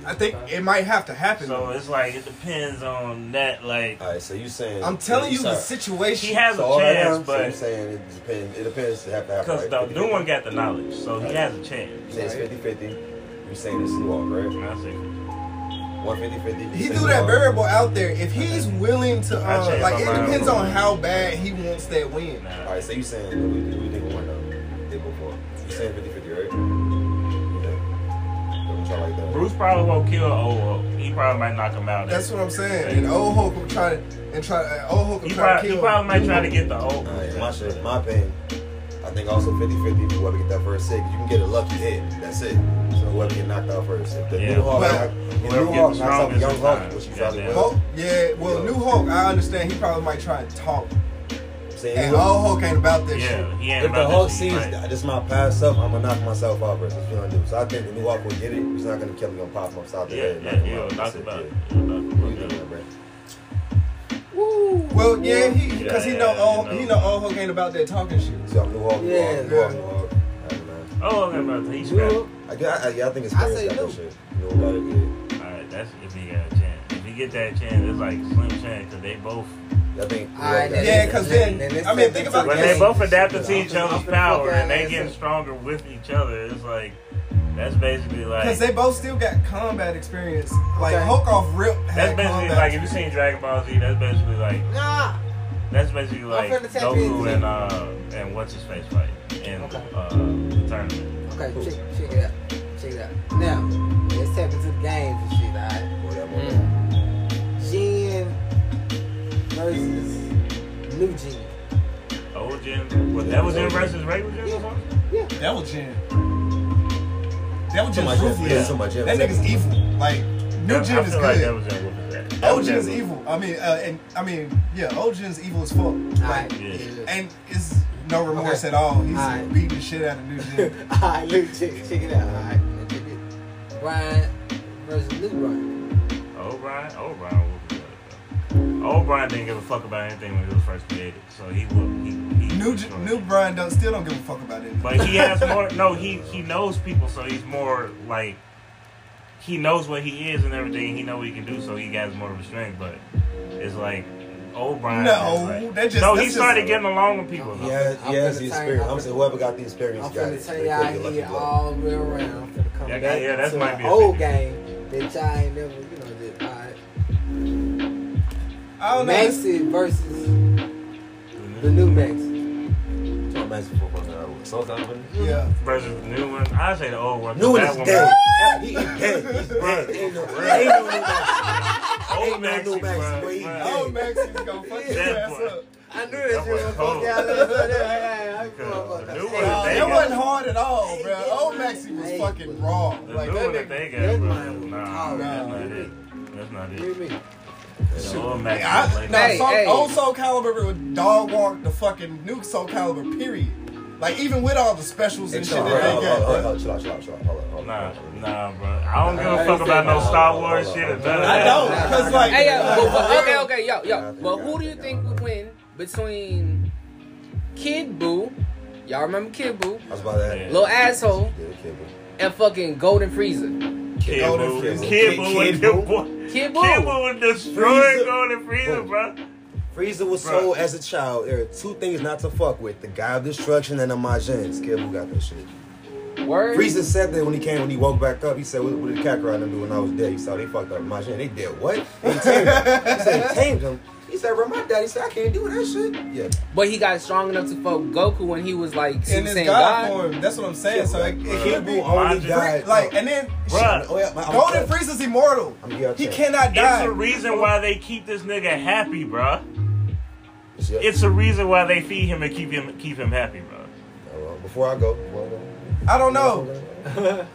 E: I think it might have to happen.
D: So it's like it depends on that. Like
A: All right, so you saying
E: I'm telling you the
A: sorry.
E: situation.
D: he has
A: So
D: a
A: all that
D: chance,
A: now, so you
D: but
A: saying it depends. It depends to have to happen.
D: because
A: right?
D: the
A: 50-50.
D: new one got the knowledge, so he has a chance.
A: You say it's 50-50. You're saying it's new one, right?
D: I see.
A: One fifty fifty.
E: He threw that variable out there. If he's willing to,
D: I
E: uh,
D: changed
E: like,
D: my
E: it
D: mind.
E: depends on how bad he wants that win.
D: Nah.
A: All right, so you saying that we we did one though, did before. You saying 50-50, right? Yeah. Don't try like that.
D: Bruce probably won't kill old Hulk. He probably might knock him out.
E: That's what I'm saying. And old Hulk will try to, and try, uh, old Hulk will
D: he
E: try to
D: probably,
E: kill.
D: he probably might
E: him.
D: try to get the old.
A: All right, my shit, my opinion. I think also 50-50, whoever get that first six, you can get a lucky hit. That's it. So whoever get knocked out first. If the
D: Yeah.
A: new Hulk,
E: Well,
A: knock- if the
D: whoever
A: new
D: get
A: Hulk
D: the
A: knocks out the
D: strongest
A: young
D: is
A: Hulk,
D: fine.
A: which he probably
D: Goddamn.
A: will.
E: Hulk, yeah. Well, New Hulk, I understand. He probably might try to talk.
A: See,
E: And
A: who-
E: old Hulk ain't about that shit.
D: Yeah, he ain't
A: If the
D: about
A: Hulk
D: that
A: sees
D: shit, right.
A: that this my past up, I'm gonna knock myself out versus what I'm gonna do. So I think the new Hulk will get it. He's not gonna kill him, gonna pop him upside the
D: Yeah,
A: head. knock
D: yeah,
A: him
D: yeah.
A: out.
D: Knock
A: That's
D: him
A: it,
D: out.
A: yeah.
D: Yeah, knock him
A: What
D: out.
A: you doing, bro?
E: Well, yeah, he because he know
D: Yeah,
E: old
D: you know.
E: he know old Hulk ain't about that talking shit.
A: So I'm new Hulk, new
C: Yeah.
A: Hulk, new Hulk, new Hulk. I don't know.
D: Oh, okay, bro. He's
C: New
D: scrapped.
C: Hulk.
A: I, got, I, yeah, I think it's
C: I
A: crazy
C: say
A: that
C: new.
A: shit. You know about it, yeah.
D: All right, that's if he got a chance. If he get that chance, it's like slim chance because they both
A: I think.
C: All
A: yeah,
C: right, then.
E: Yeah, because then
C: Then it's
E: I mean, think
C: it's
E: about
D: when
C: Yeah.
D: they
E: this.
D: both adapted to
A: Yeah.
D: each other's power and they getting stronger with each other. It's like that's basically like
E: Because they both still got combat experience. Like
C: Okay.
E: Hulk off rip
D: that's
E: had
D: basically
E: combat.
D: like if you seen Dragon Ball Z, that's basically like
C: Nah.
D: That's basically like
C: finna tap
D: Goku
C: in.
D: and uh and what's his face fight in
C: Okay.
D: uh the tournament.
C: Okay, check, check it out. Check it out. Now, let's tap into the games and shit, alright?
A: Boy, that one.
B: Mm.
C: Gen versus New Gen.
D: Old Jim. What, that was in versus regular Jim or something?
E: That was Jim. That was
A: So
E: just
A: much
E: ruthless.
A: yeah, so much
E: That nigga's evil. Like new
D: That- I
E: Jim is
D: feel like that
E: good.
D: was in what was that? That
E: Old
D: was
E: Jim
D: in
E: is
D: what-
E: evil. I mean, uh, and I mean, yeah, old Jim's evil as fuck.
C: Alright.
E: Like,
D: Yeah.
E: and it's no remorse
C: Okay.
E: at all. He's
C: Alright.
E: beating the shit out of new Jim.
C: Alright, look, check, check it out. Alright, let's check it. Brian versus New Brian.
D: O'Brien, O'Brien whooped his ass, though. O'Brien didn't give a fuck about anything when it was first created, so he whooped. He, he
E: new
D: destroyed
E: J- new
D: it.
E: Brian don't still don't give a fuck about it.
D: But he has more. No, he he knows people, so he's more like he knows what he is and everything. He know what he can do, so he has more restraint. But it's like O'Brien.
E: No,
D: is like-
E: that just-
D: no.
E: that's
D: He
E: just-
D: started getting along with people.
C: Yeah.
A: Yeah,
C: I'm
A: yeah, it's
C: finna
A: the
C: tell
A: experience.
C: you-
A: I'm saying whoever got the experience
C: Mm. I'm
A: got
C: finna
A: it.
C: tell
A: They
C: y'all
A: get lucky
C: here
A: blow.
C: all the way around. I'm finna come
D: Yeah,
C: back
D: yeah, that's
C: to
D: might
C: an
D: be a
C: old
D: figure.
C: game that y'all ain't never, you know, did. Alright.
E: I don't know. it's-
C: Maxi versus the new Maxi.
A: Talk about Maxi for fucking uh, hour. So confident.
E: Yeah.
D: Versus the new one, I say the old one.
A: New one
D: That
A: is dead.
D: was-
A: He is dead. He's dead. Ain't no, ain't no new Maxi.
D: Old
A: Ain't no new
D: Maxie,
A: Maxie, boy, he
D: bruh,
E: Old Maxi's gonna fuck his
D: That
E: ass
D: boy.
E: up.
C: I knew
D: That
C: that you
D: was
C: were gonna
D: cold.
C: go down there.
F: uh,
C: I knew I was
D: The
C: gonna
D: new
C: go
D: one is
C: down there.
D: They
E: It
D: got-
E: wasn't hard at all, bro.
C: Hey,
E: Old Maxie was
C: hey,
E: fucking raw.
D: The
E: Like
D: new one
E: that
D: that
E: nigga.
D: they
C: that
D: got, bro.
C: one-
D: Nah, that's
E: nah.
D: not it. That's not
C: Hear
D: it.
C: me?
D: The old Maxie was
E: I,
D: like
E: no,
B: Hey,
E: Soul-
B: hey.
E: old Soul Calibur would dog walk the fucking new Soul Calibur. Period. Like even with all the specials and
A: Hey,
E: shit
A: chill out,
E: that
A: hold
E: they
A: on, hold on, hold
E: got.
A: on, chill out, chill out, chill out. Hold on, hold
D: Nah,
A: on, hold on.
D: nah, bro. I don't give
C: I
D: a fuck
C: said
D: about no
C: no.
D: Star Wars shit. none of
E: I
D: that.
E: know, cause like,
B: Hey, yo, but- but-
E: like,
B: okay, okay, yo, yo. Well, who do you think would win between Kid Boo, y'all remember Kid Boo,
A: I was about to ask.
D: Yeah.
B: little asshole,
A: Yeah, kid, bro.
B: and fucking Golden Freezer?
D: Kid
E: Golden
D: Boo.
A: Freezer.
D: Kid
A: Kid-
D: Boo and
A: Kid
D: them
A: Boo?
D: boy-
B: Kid
D: Kid
B: Boo.
D: Boo would destroy
A: Freezer.
D: Golden Freezer,
A: Boom.
D: bro.
A: Frieza was
D: Bruh.
A: sold as a child. There are two things not to fuck with: the God of Destruction and the Majin. Kid Buu got that shit.
B: Word.
A: Frieza said that when he came, when he woke back up, he said, "What, what did Kakarot and do when I was dead?" He saw they fucked up Majin. They did what? They tamed him. He said, "Tamed him." He said, "Bro, my daddy said I can't do that shit." Yeah,
B: But he got strong enough to fuck Goku when he was like
E: in
B: Super
E: his
B: Saiyan
E: God,
B: God.
E: form. That's what I'm saying. So it, it
A: Kid
E: can't be
A: Buu only
D: Majin.
A: died.
E: like, and then
D: Bruh.
A: oh, yeah, my- I'm
E: Golden
A: sorry.
E: Freezer's immortal.
A: I'm gonna give y'all a
E: He
A: chance.
E: cannot
D: It's
E: die.
D: a reason why they keep this nigga happy, bro.
A: Shit.
D: It's a reason why they feed him and keep him keep him happy, bro.
A: Hold on, Before I go, before I go.
E: I don't know.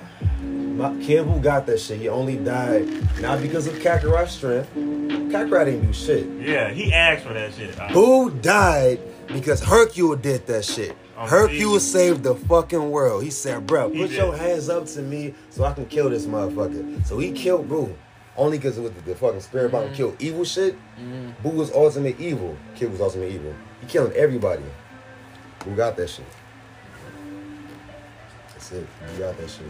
A: My Kid Buu got that shit. He only died not because of Kakarot's strength. Kakarot didn't do shit.
D: Yeah, he asked for that shit. uh. Alright.
A: Boo died because Hercule did that shit.
D: Oh,
A: Hercule
D: Jesus.
A: saved the fucking world. He said, bro,
D: He
A: put
D: did.
A: your hands up to me so I can kill this motherfucker. So he killed Boo. Only because it was the, the fucking spirit about to kill evil shit. Boo was ultimate evil. Kid was ultimate evil. He killing everybody. Boo got that shit. That's it. You got that shit.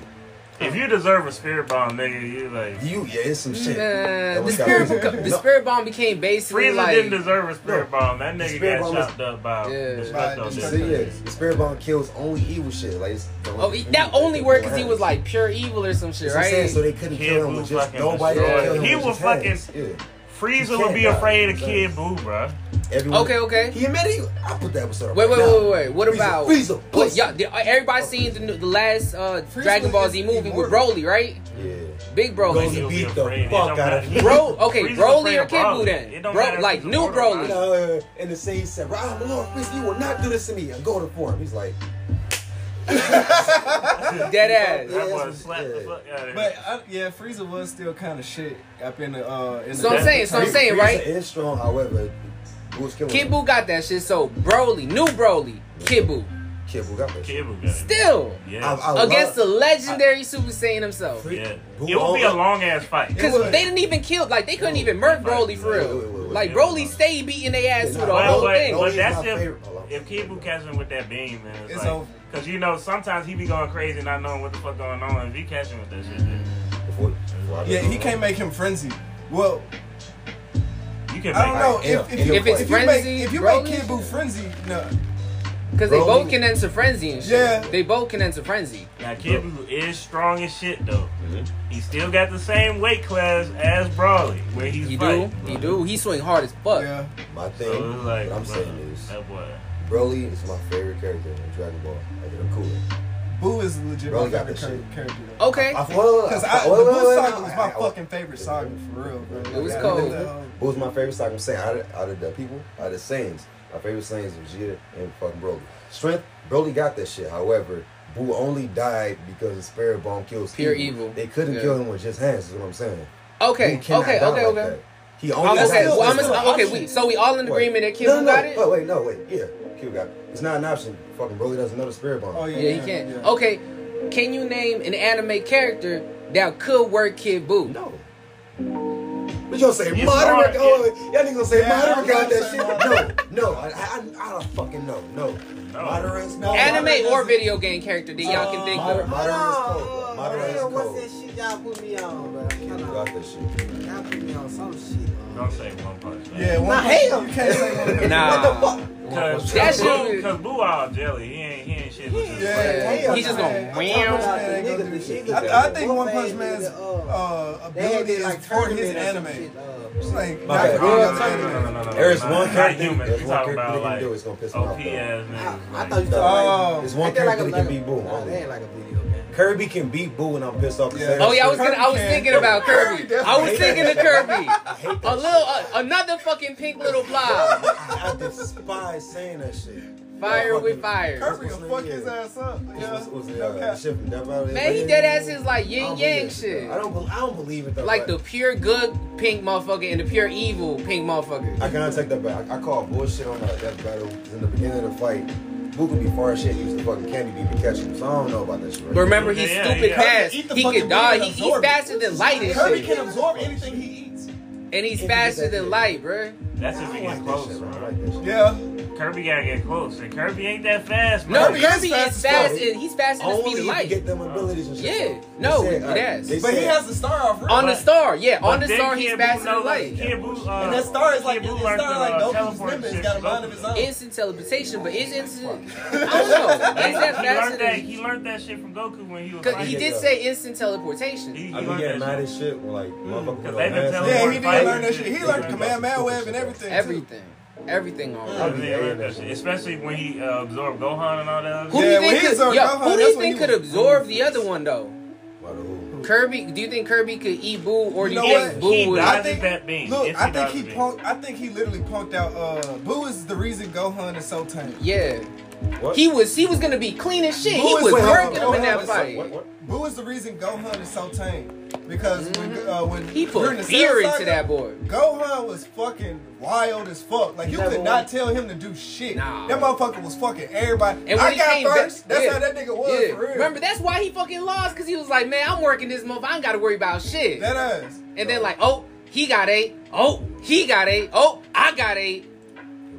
D: If you deserve a spirit bomb, nigga, you like
A: You, yeah, it's some shit.
B: Nah,
A: That
B: the
A: was
B: spirit,
A: kinda-
B: beca- the
A: No,
B: spirit bomb became basically
D: Freezer
B: like
D: didn't deserve a spirit bomb. That nigga
A: Spirit
D: got
A: bomb was-
D: chopped up by
B: Yeah.
D: Destructo.
E: By
A: See,
D: didn't
A: yeah,
D: he?
A: the spirit bomb kills only evil shit. Like it's
B: Oh, he- that only worked because he was like pure evil or some shit,
A: That's what I'm saying,
B: right?
A: so they couldn't
D: Kid
A: kill him
D: Buu
A: with just
D: fucking
A: nobody. could
D: destroyed
A: Kill
D: him.
A: him
D: He
A: with
D: was
A: just hands.
D: Freezer
A: You
D: would
A: can't
D: be
A: die.
D: afraid of
A: Exactly.
D: Kid Boo, bro.
A: Yeah. Everyone,
B: Okay, okay.
A: He admitted. He, I put that episode. up
B: Wait,
A: right
B: wait, wait,
A: now.
B: wait, wait. What
A: Frieza,
B: about
A: Frieza?
B: What,
A: Pussy.
B: y'all, did, everybody seen the, new- the last uh, Dragon Ball Z
E: is
B: movie with
E: immortal.
B: Broly, right?
A: Yeah.
B: Big Broly.
A: Broly.
D: He'll be
A: beat the
D: afraid.
A: fuck
D: It don't
A: out
D: matter.
A: of
D: He-
B: Bro, okay,
D: Freeza's
B: Broly or
D: afraid of
B: Kid Boo
D: Broly.
B: then?
D: It don't
B: Bro,
D: matter if
B: like,
D: he's a
B: new
D: mortal or
B: Broly.
D: not.
A: Now, uh, in the scene, he said, "Rob, Lord, Frieza, you will not do this to me." And go to form. He's like,
B: Dead ass.
D: That
A: Yeah,
D: was
A: that's-
D: slap the
A: yeah.
D: fuck out of
E: But
D: him.
E: I, yeah, Frieza was still kind of shit up in the. Uh, in
B: So
E: the
B: I'm saying, so I'm
A: Frieza
B: saying, right?
A: Is strong, however, Boo's killing.
B: Kid
A: him.
B: Buu got that shit. So Broly, new Broly, Kid Buu,
A: Kid Buu got that. shit.
D: Kid Buu got it.
B: still
A: I- I
D: Yeah.
A: love-
B: against the legendary Super Saiyan himself.
A: Free-
D: Yeah.
A: Boo
D: It would be a
A: all-
D: long ass fight.
B: Cause
E: It was.
B: they didn't even kill, like they couldn't even murk Broly for
A: Wait, wait, wait,
B: real.
A: wait.
B: Like
D: Yeah.
B: Broly stayed beating their ass
A: Yeah,
B: through the
A: nah,
B: whole
D: but,
A: Broly
B: thing.
A: is
D: but that's
A: my
D: if,
A: favorite. Hold on.
D: if Kid Buu catches him with that beam, man. It's,
E: It's
D: like,
E: over.
D: Cause you know sometimes he be going crazy not knowing what the fuck going on. If he catch him with that shit, then
A: Before- before I
E: yeah,
A: go
E: he
A: on.
E: can't make him frenzy. Well,
D: you can make.
E: I don't know
A: Like,
E: if,
A: yeah,
E: if, you,
A: if it's
E: you
B: frenzy,
E: make if you
B: Broly,
E: make Kid Buu frenzy, no.
B: Cause they
A: Broly-
B: both can enter frenzy and shit.
E: Yeah.
B: They both can enter frenzy.
D: Now Kid Buu is strong as shit though.
B: Mm-hmm.
D: He still got the same weight class as Brawley where he's
B: He do,
D: fighting.
B: he
D: bro.
B: do. He swing hard as fuck.
E: Yeah,
A: My thing,
D: So it's like,
A: what I'm
D: bro,
A: saying is,
D: that boy.
A: Broly is my favorite character in Dragon Ball. Like, they're cool.
E: Boo is legit
A: Bro,
E: my
A: you got
E: favorite
A: that
E: char-
A: shit.
E: character. though.
B: Okay.
A: I, well,
E: Cause
A: I,
E: I,
A: well,
E: the
A: well,
E: Boo
A: well,
E: saga
A: no,
E: was
A: I-
E: my
A: I-
E: fucking favorite saga for real, bro.
A: It was
E: Like, um, I
B: cold.
E: did that
A: What was my favorite song? I'm saying out of, out of the people, out of the Saiyans, my favorite Saiyans was Vegeta and fucking Broly. Strength, Broly got that shit. However, Boo only died because his spirit bomb kills
B: Pure
A: evil.
B: evil.
A: They couldn't
B: Yeah.
A: kill him with just hands. Is what I'm saying.
B: Okay.
A: Boo cannot
B: Okay.
A: die
B: Okay.
A: like
B: Okay.
A: that. He only
E: That's
B: Okay.
E: still-
A: died-
B: Well, I'm
E: that's
B: gonna-
E: still an
B: okay.
E: option.
B: We so we all in
A: Wait.
B: agreement that Kim
A: no, no,
B: got it.
A: Oh wait, no, wait, yeah, Q got it. It's not an option. Fucking Broly doesn't know the spirit bomb.
E: Oh,
B: Yeah, he can.
E: yeah.
B: Okay. Can you name an anime character that could work Kid Boo?
A: No. But you gonna say
D: It's
A: modern?
D: hard,
A: oh, y'all niggas gonna say
E: Yeah,
A: modern
E: I'm
A: got
E: gonna
A: that
E: say
A: shit?
E: modern.
A: No, no, I, I, I don't fucking know. No,
D: No.
A: modern.
E: No,
B: Anime or
E: doesn't-
B: video game character that y'all can think
A: Modern,
B: of?
A: modern is cold. bro.
F: Oh,
A: Modern is
F: man,
A: cold.
F: what's that shit y'all put me on, bro?
A: You
F: Come
A: got
F: on.
A: that shit.
F: Y'all put me on some shit.
D: Don't say one punch. Man.
E: Yeah, one
F: Nah,
E: Punch
F: hell.
E: Man. You can't say one. Punch Man.
B: Nah.
D: Cause,
B: That
D: cause,
B: shit-
D: Boo, cause Boo all jelly. He ain't, he ain't shit with his
E: Yeah,
D: friends.
E: hell
B: He just
E: nah.
B: gonna
E: One Punch
B: meow.
E: Man ain't gonna do shit. I, I think One Punch Man's uh,
F: They had
E: ability
F: this
E: is
F: like
E: for his
F: tournament or some
E: anime.
F: shit, uh,
E: It's like
A: My
E: not
A: bad.
E: for all
A: Real
E: y'all
A: time.
E: anime.
A: There is one
D: not
A: character.
D: human.
A: there's
D: We
A: one character
D: talking about
A: they can
D: like
A: do. It's gonna piss me off.
D: OP
A: though.
D: ass
F: I,
D: niggas.
F: I
D: like-
F: thought you
E: Oh.
F: thought
A: There's
F: like,
A: one
F: I feel like
A: character that
F: I'm
A: can beat
F: like-
A: Boo.
F: Nah, they
A: Only
F: ain't like a video game.
A: Kirby can beat Boo, and I'm pissed off.
E: Yeah.
B: Oh yeah, I was
E: Kirby
B: gonna, I was
E: can.
B: thinking about Kirby.
E: Kirby
B: I was
A: definitely
B: thinking of Kirby.
A: hate
B: A little, uh, another fucking pink little blob.
A: I I despise saying that shit.
B: Fire with
A: Motherfucking-
B: fire.
E: Kirby will
A: What's
E: fuck
A: his
E: his
A: name?
E: ass up.
A: What's- what's the,
E: Yeah.
A: uh,
E: Okay.
A: shit from Death Valley?
B: Man, he dead ass is like yin yang shit.
A: I don't, bel- I don't believe it though.
B: Like the
A: but
B: pure good pink motherfucker and the pure evil pink motherfucker.
A: I cannot take that back. I, I call bullshit on that death battle. 'cause in the beginning of the fight, Boo could be far as shit. He used the fucking candy beam to catch him. So I don't know about that shit.
B: But remember, he's
D: Yeah,
B: stupid
D: yeah.
B: fast.
E: Eat the
B: He
E: fucking
B: can die.
E: booty and
B: He, he's
E: absorb it.
B: faster than light and
E: Kirby
B: shit.
E: can absorb anything he eats.
B: And he's
A: Can't do
B: faster
A: that
B: than
A: shit.
B: light, bruh.
D: That's if
A: I don't
D: he gets
A: like that
D: close,
A: shit.
D: bro.
A: I don't like that shit.
E: Yeah.
D: Kirby gotta get close, and Kirby ain't that fast,
B: No,
D: man.
B: Kirby,
E: Kirby is fast
B: is
E: as
B: fast.
A: fuck.
B: And he's faster than the
A: Only
B: speed of
A: if you
B: light.
A: get them abilities and shit.
B: Yeah.
A: though. They
B: No,
A: said,
B: it
A: alright,
B: is.
A: they
E: But he
A: said-
E: has the star off.
B: On the
D: But-
B: star, yeah.
D: But
B: On the
D: then
B: star, he's
D: Kid
B: faster
D: Boo know
B: than
D: that-
B: light.
D: Kid Boo, uh,
E: And that star is like,
D: Kid Boo
E: that
D: learned
E: star
D: to,
E: like
D: uh,
E: Goku's
D: teleport
E: member. He's
D: shit
E: got a
D: from
E: mind of his
D: Goku.
E: own.
B: Instant teleportation, but is instant? I don't know. Is that
D: he
B: faster
D: learned that.
B: than?
D: He learned that shit from Goku when he was.
B: Cause he
D: fighting.
B: did say instant teleportation.
D: He, he
A: I be
D: learned
A: getting
D: that
A: mad
D: shit.
A: as shit when like motherfuckers
D: Mm. Cause
A: put
D: they
A: on
D: been
A: masks.
D: telling
E: Yeah, he
D: Teleport
E: did
D: fighting
E: learn that shit. He
D: shit.
E: learned Command Man Web and everything. too.
B: Everything, everything on
D: Yeah,
B: Earth.
D: they learned that shit, Especially when he uh, absorbed Gohan and all that. other
B: Who
D: shit.
E: Yeah,
B: do you
E: when he
B: think? Could,
E: absorbed
B: yo,
E: Gohan,
B: who do
E: that's
B: you
E: when
B: think
E: he
B: could
E: was-
B: absorb the other one though?
A: By the who?
B: Kirby? Do you think Kirby could eat Boo, or do
E: You
B: you,
E: know
B: think
E: what?
B: Boo
D: He
B: would?
D: died.
E: I
D: Dodges
E: think
D: that beam.
E: Look,
D: If
E: I
D: he
E: think
D: dodges
E: he
D: the beam.
E: punked. I think he literally punked out. Uh, Boo is the reason Gohan is so tame.
B: Yeah,
A: What?
B: he was. He was gonna be clean as shit.
E: Boo
B: He
E: is-
B: was
E: wait, hold on,
B: working him
E: hold
B: in
E: on,
B: that
E: what's up?
B: fight.
A: What, what?
E: Boo is the reason Gohan is so tame because when uh, when
B: Mm-hmm. He
E: during
B: put
E: the
B: fear
E: Cell
B: into
E: Saga,
B: that boy.
E: Gohan was fucking wild as fuck. Like you
F: Never
E: could
F: won.
E: not tell him to do shit.
B: Nah.
E: That motherfucker was fucking everybody.
B: And when
E: I
B: he
E: got
B: came
E: first.
B: back,
E: That's
B: yeah.
E: how that nigga was
B: Yeah.
E: for real.
B: Remember, that's why he fucking lost because he was like, man, I'm working this month. I don't got to worry about shit.
E: that ass.
B: and then, like, oh, he got eight. Oh, he got eight. Oh, I got eight.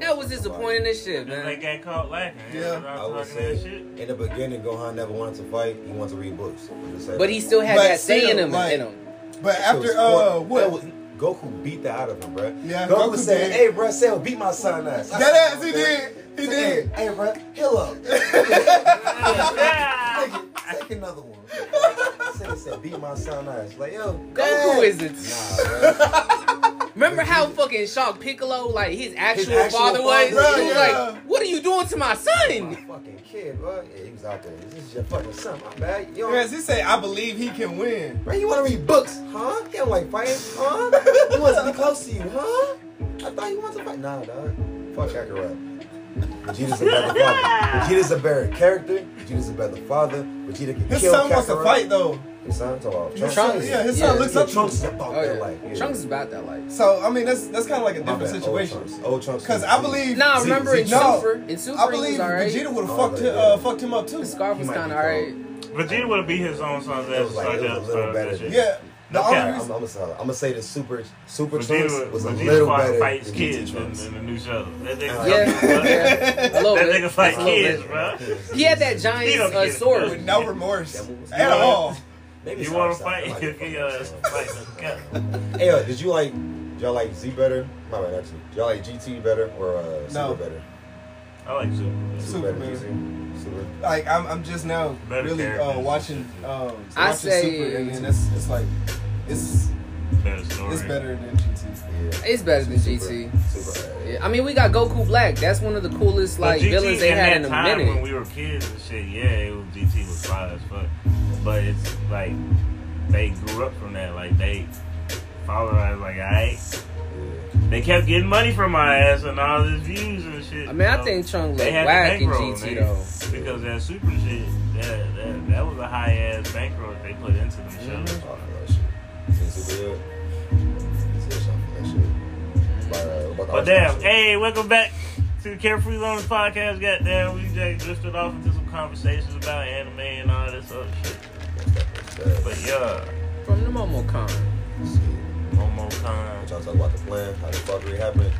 B: That was disappointing as shit,
D: Then they
B: man.
D: got caught lacking.
E: Yeah.
A: I would
D: talking
A: say
D: that shit.
A: in the beginning, Gohan never wanted to fight. He wanted to read books. I'm just saying.
B: But he still had
E: But
B: that say in
E: still,
B: him.
E: like-
B: in him.
E: But
A: That shit
E: after
A: was
E: uh
A: fun.
E: what
A: That was- Goku beat that out of him, bro.
E: Yeah,
A: Goku,
E: Goku
A: said,
E: did.
A: "Hey, bro, Cell beat my son ass."
E: That ass, he did. He
A: Said,
E: did.
A: Hey, bro, heal up.
D: Ah!
A: Take, take another one. Cell said, "Beat my son ass." Like,
F: Oh,
A: yo,
B: Goku
A: Dad.
B: is a
A: Nah,
B: Remember how fucking shocked Piccolo, like his actual,
A: actual
B: father was?
A: father,
B: he was
E: yeah.
B: like, "What are you doing to my
A: bro.
B: son?"
A: My fucking kid, bro. Yeah, he was out there. This is your fucking son. My bad. You
E: Yes,
A: don't,
E: he said, I believe he can win.
A: bro, you want to read books, huh? You don't like fighting, huh? He wants to be close to you, huh? I thought you wanted to fight. Nah, dog. Fuck Kakarot. Vegeta's a better father. Vegeta's a better character. Vegeta's a better father. Vegeta can
E: His
A: kill
E: son wants to
A: Kakarot.
E: fight though.
A: His son's all
E: His
A: Trunks.
E: son,
B: Trunks.
E: yeah, his son
B: Yeah.
E: looks up to
A: Trunks is
E: him.
A: about
B: Oh,
A: their
B: yeah.
A: life. Yeah.
B: Trunks is about that life.
E: So I mean, that's that's kind of like a
A: My
E: different
A: bad, Old
E: situation.
A: Trunks. Old Trunks.
E: Because
A: is
E: I
A: Z.
E: believe,
B: Nah,
A: Z-
B: remember in
A: Z- No.
B: Super, in Super,
E: I
B: he
E: believe
B: was alright.
E: Vegeta would have
A: Oh,
E: fucked
A: yeah.
E: him, uh, fucked him up too.
B: The scarf
A: He
B: was
A: might be
B: kind of
A: gone.
B: alright.
D: Vegeta would have beat his own son's
A: It
D: ass.
A: was like it was a little better. than-
E: Yeah. The
D: Okay.
E: only
A: I'm, I'm,
E: reason,
A: gonna say- I'm gonna say the super super
D: Vegeta
A: Trunks was
D: was
A: a
D: Vegeta
A: little
D: fight-
A: better
D: fights
A: than
D: kids
A: GT
D: in,
A: Trunks.
D: in the new show. That
B: Yeah,
D: nigga,
B: yeah, a little
D: that
B: bit.
D: nigga fight
B: A little
D: kids,
B: bit.
D: bro.
B: He had that
D: He
B: giant
D: don't
B: uh,
D: get it.
E: with
B: sword.
E: no remorse
A: That was-
E: at all.
A: Maybe
D: You
A: it's
D: want to
A: outside. I
D: fight?
A: like
D: He'll
A: it.
D: get your ass to fight.
A: Hey, yo, did you like did y'all like Z better? My bad, actually. Did y'all like GT better or uh, Super
E: No.
A: better?
D: I like Super.
E: Super
A: better.
E: better.
A: GT. Super.
E: Like I'm, I'm just now
D: Better
E: really
D: characters
E: uh,
D: and
E: watching, um,
B: I
E: watching
B: say-
E: Super, and then that's it's like, it's
D: better story.
E: It's better than GT.
A: Yeah.
B: It's better than
A: Super-
B: GT.
A: Super. uh,
B: Yeah, I mean, we got Goku Black. That's one of the coolest
D: But
B: like
D: GT
B: villains they had
D: that
B: in a
D: time
B: minute.
D: When we were kids and shit, yeah, it was GT was fly as fuck. But it's like they grew up from that. Like they followed us. Like I, they kept getting money from my ass and all his views and shit.
B: I mean, I
D: so
B: think Chung
D: they
B: looked
D: had the
B: whack in
D: bankroll,
B: GT
D: nigga.
B: though.
D: because that super shit, that that, that was a high ass bankroll that they put into them shows.
A: Off of that shit. Since it's good, it's just off of that shit. But, uh, about the
D: But
A: Arsenal
D: damn,
A: shit.
D: hey, welcome back to the Carefree Loans podcast. Goddamn, we just drifted off into some conversations about anime and all this other shit.
A: Yeah,
D: But yeah,
B: From the MomoCon.
A: shit.
D: Momo Khan.
A: I'm trying to talk about the plan, how the fuck it happened.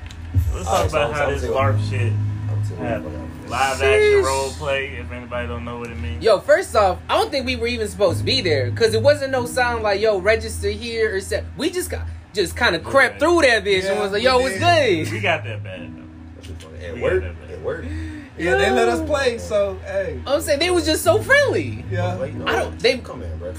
D: Let's
A: All
D: talk
A: right, so
D: about
A: I'm-
D: how
A: I'm
D: this
A: taking-
D: LARP shit,
A: I'm telling
D: Yeah.
A: you, fuck out.
D: live action
B: Sheesh.
D: role play, if anybody don't know what it means.
B: Yo, first off, I don't think we were even supposed to be there because it wasn't no sound like yo register here or set. We just got just kind of crept
D: Right.
B: through that bitch and
E: Yeah,
B: was like,
E: we
B: yo, what's
E: did.
B: good?
D: We got that bad though.
A: That shit's funny.
D: We
A: It
D: got that
A: worked.
D: back.
A: It worked.
E: Yeah, they let us play, so hey.
B: I'm saying they was just so friendly.
E: Yeah.
A: Like, you know
B: I don't.
A: what?
B: They.
A: Come in, bro.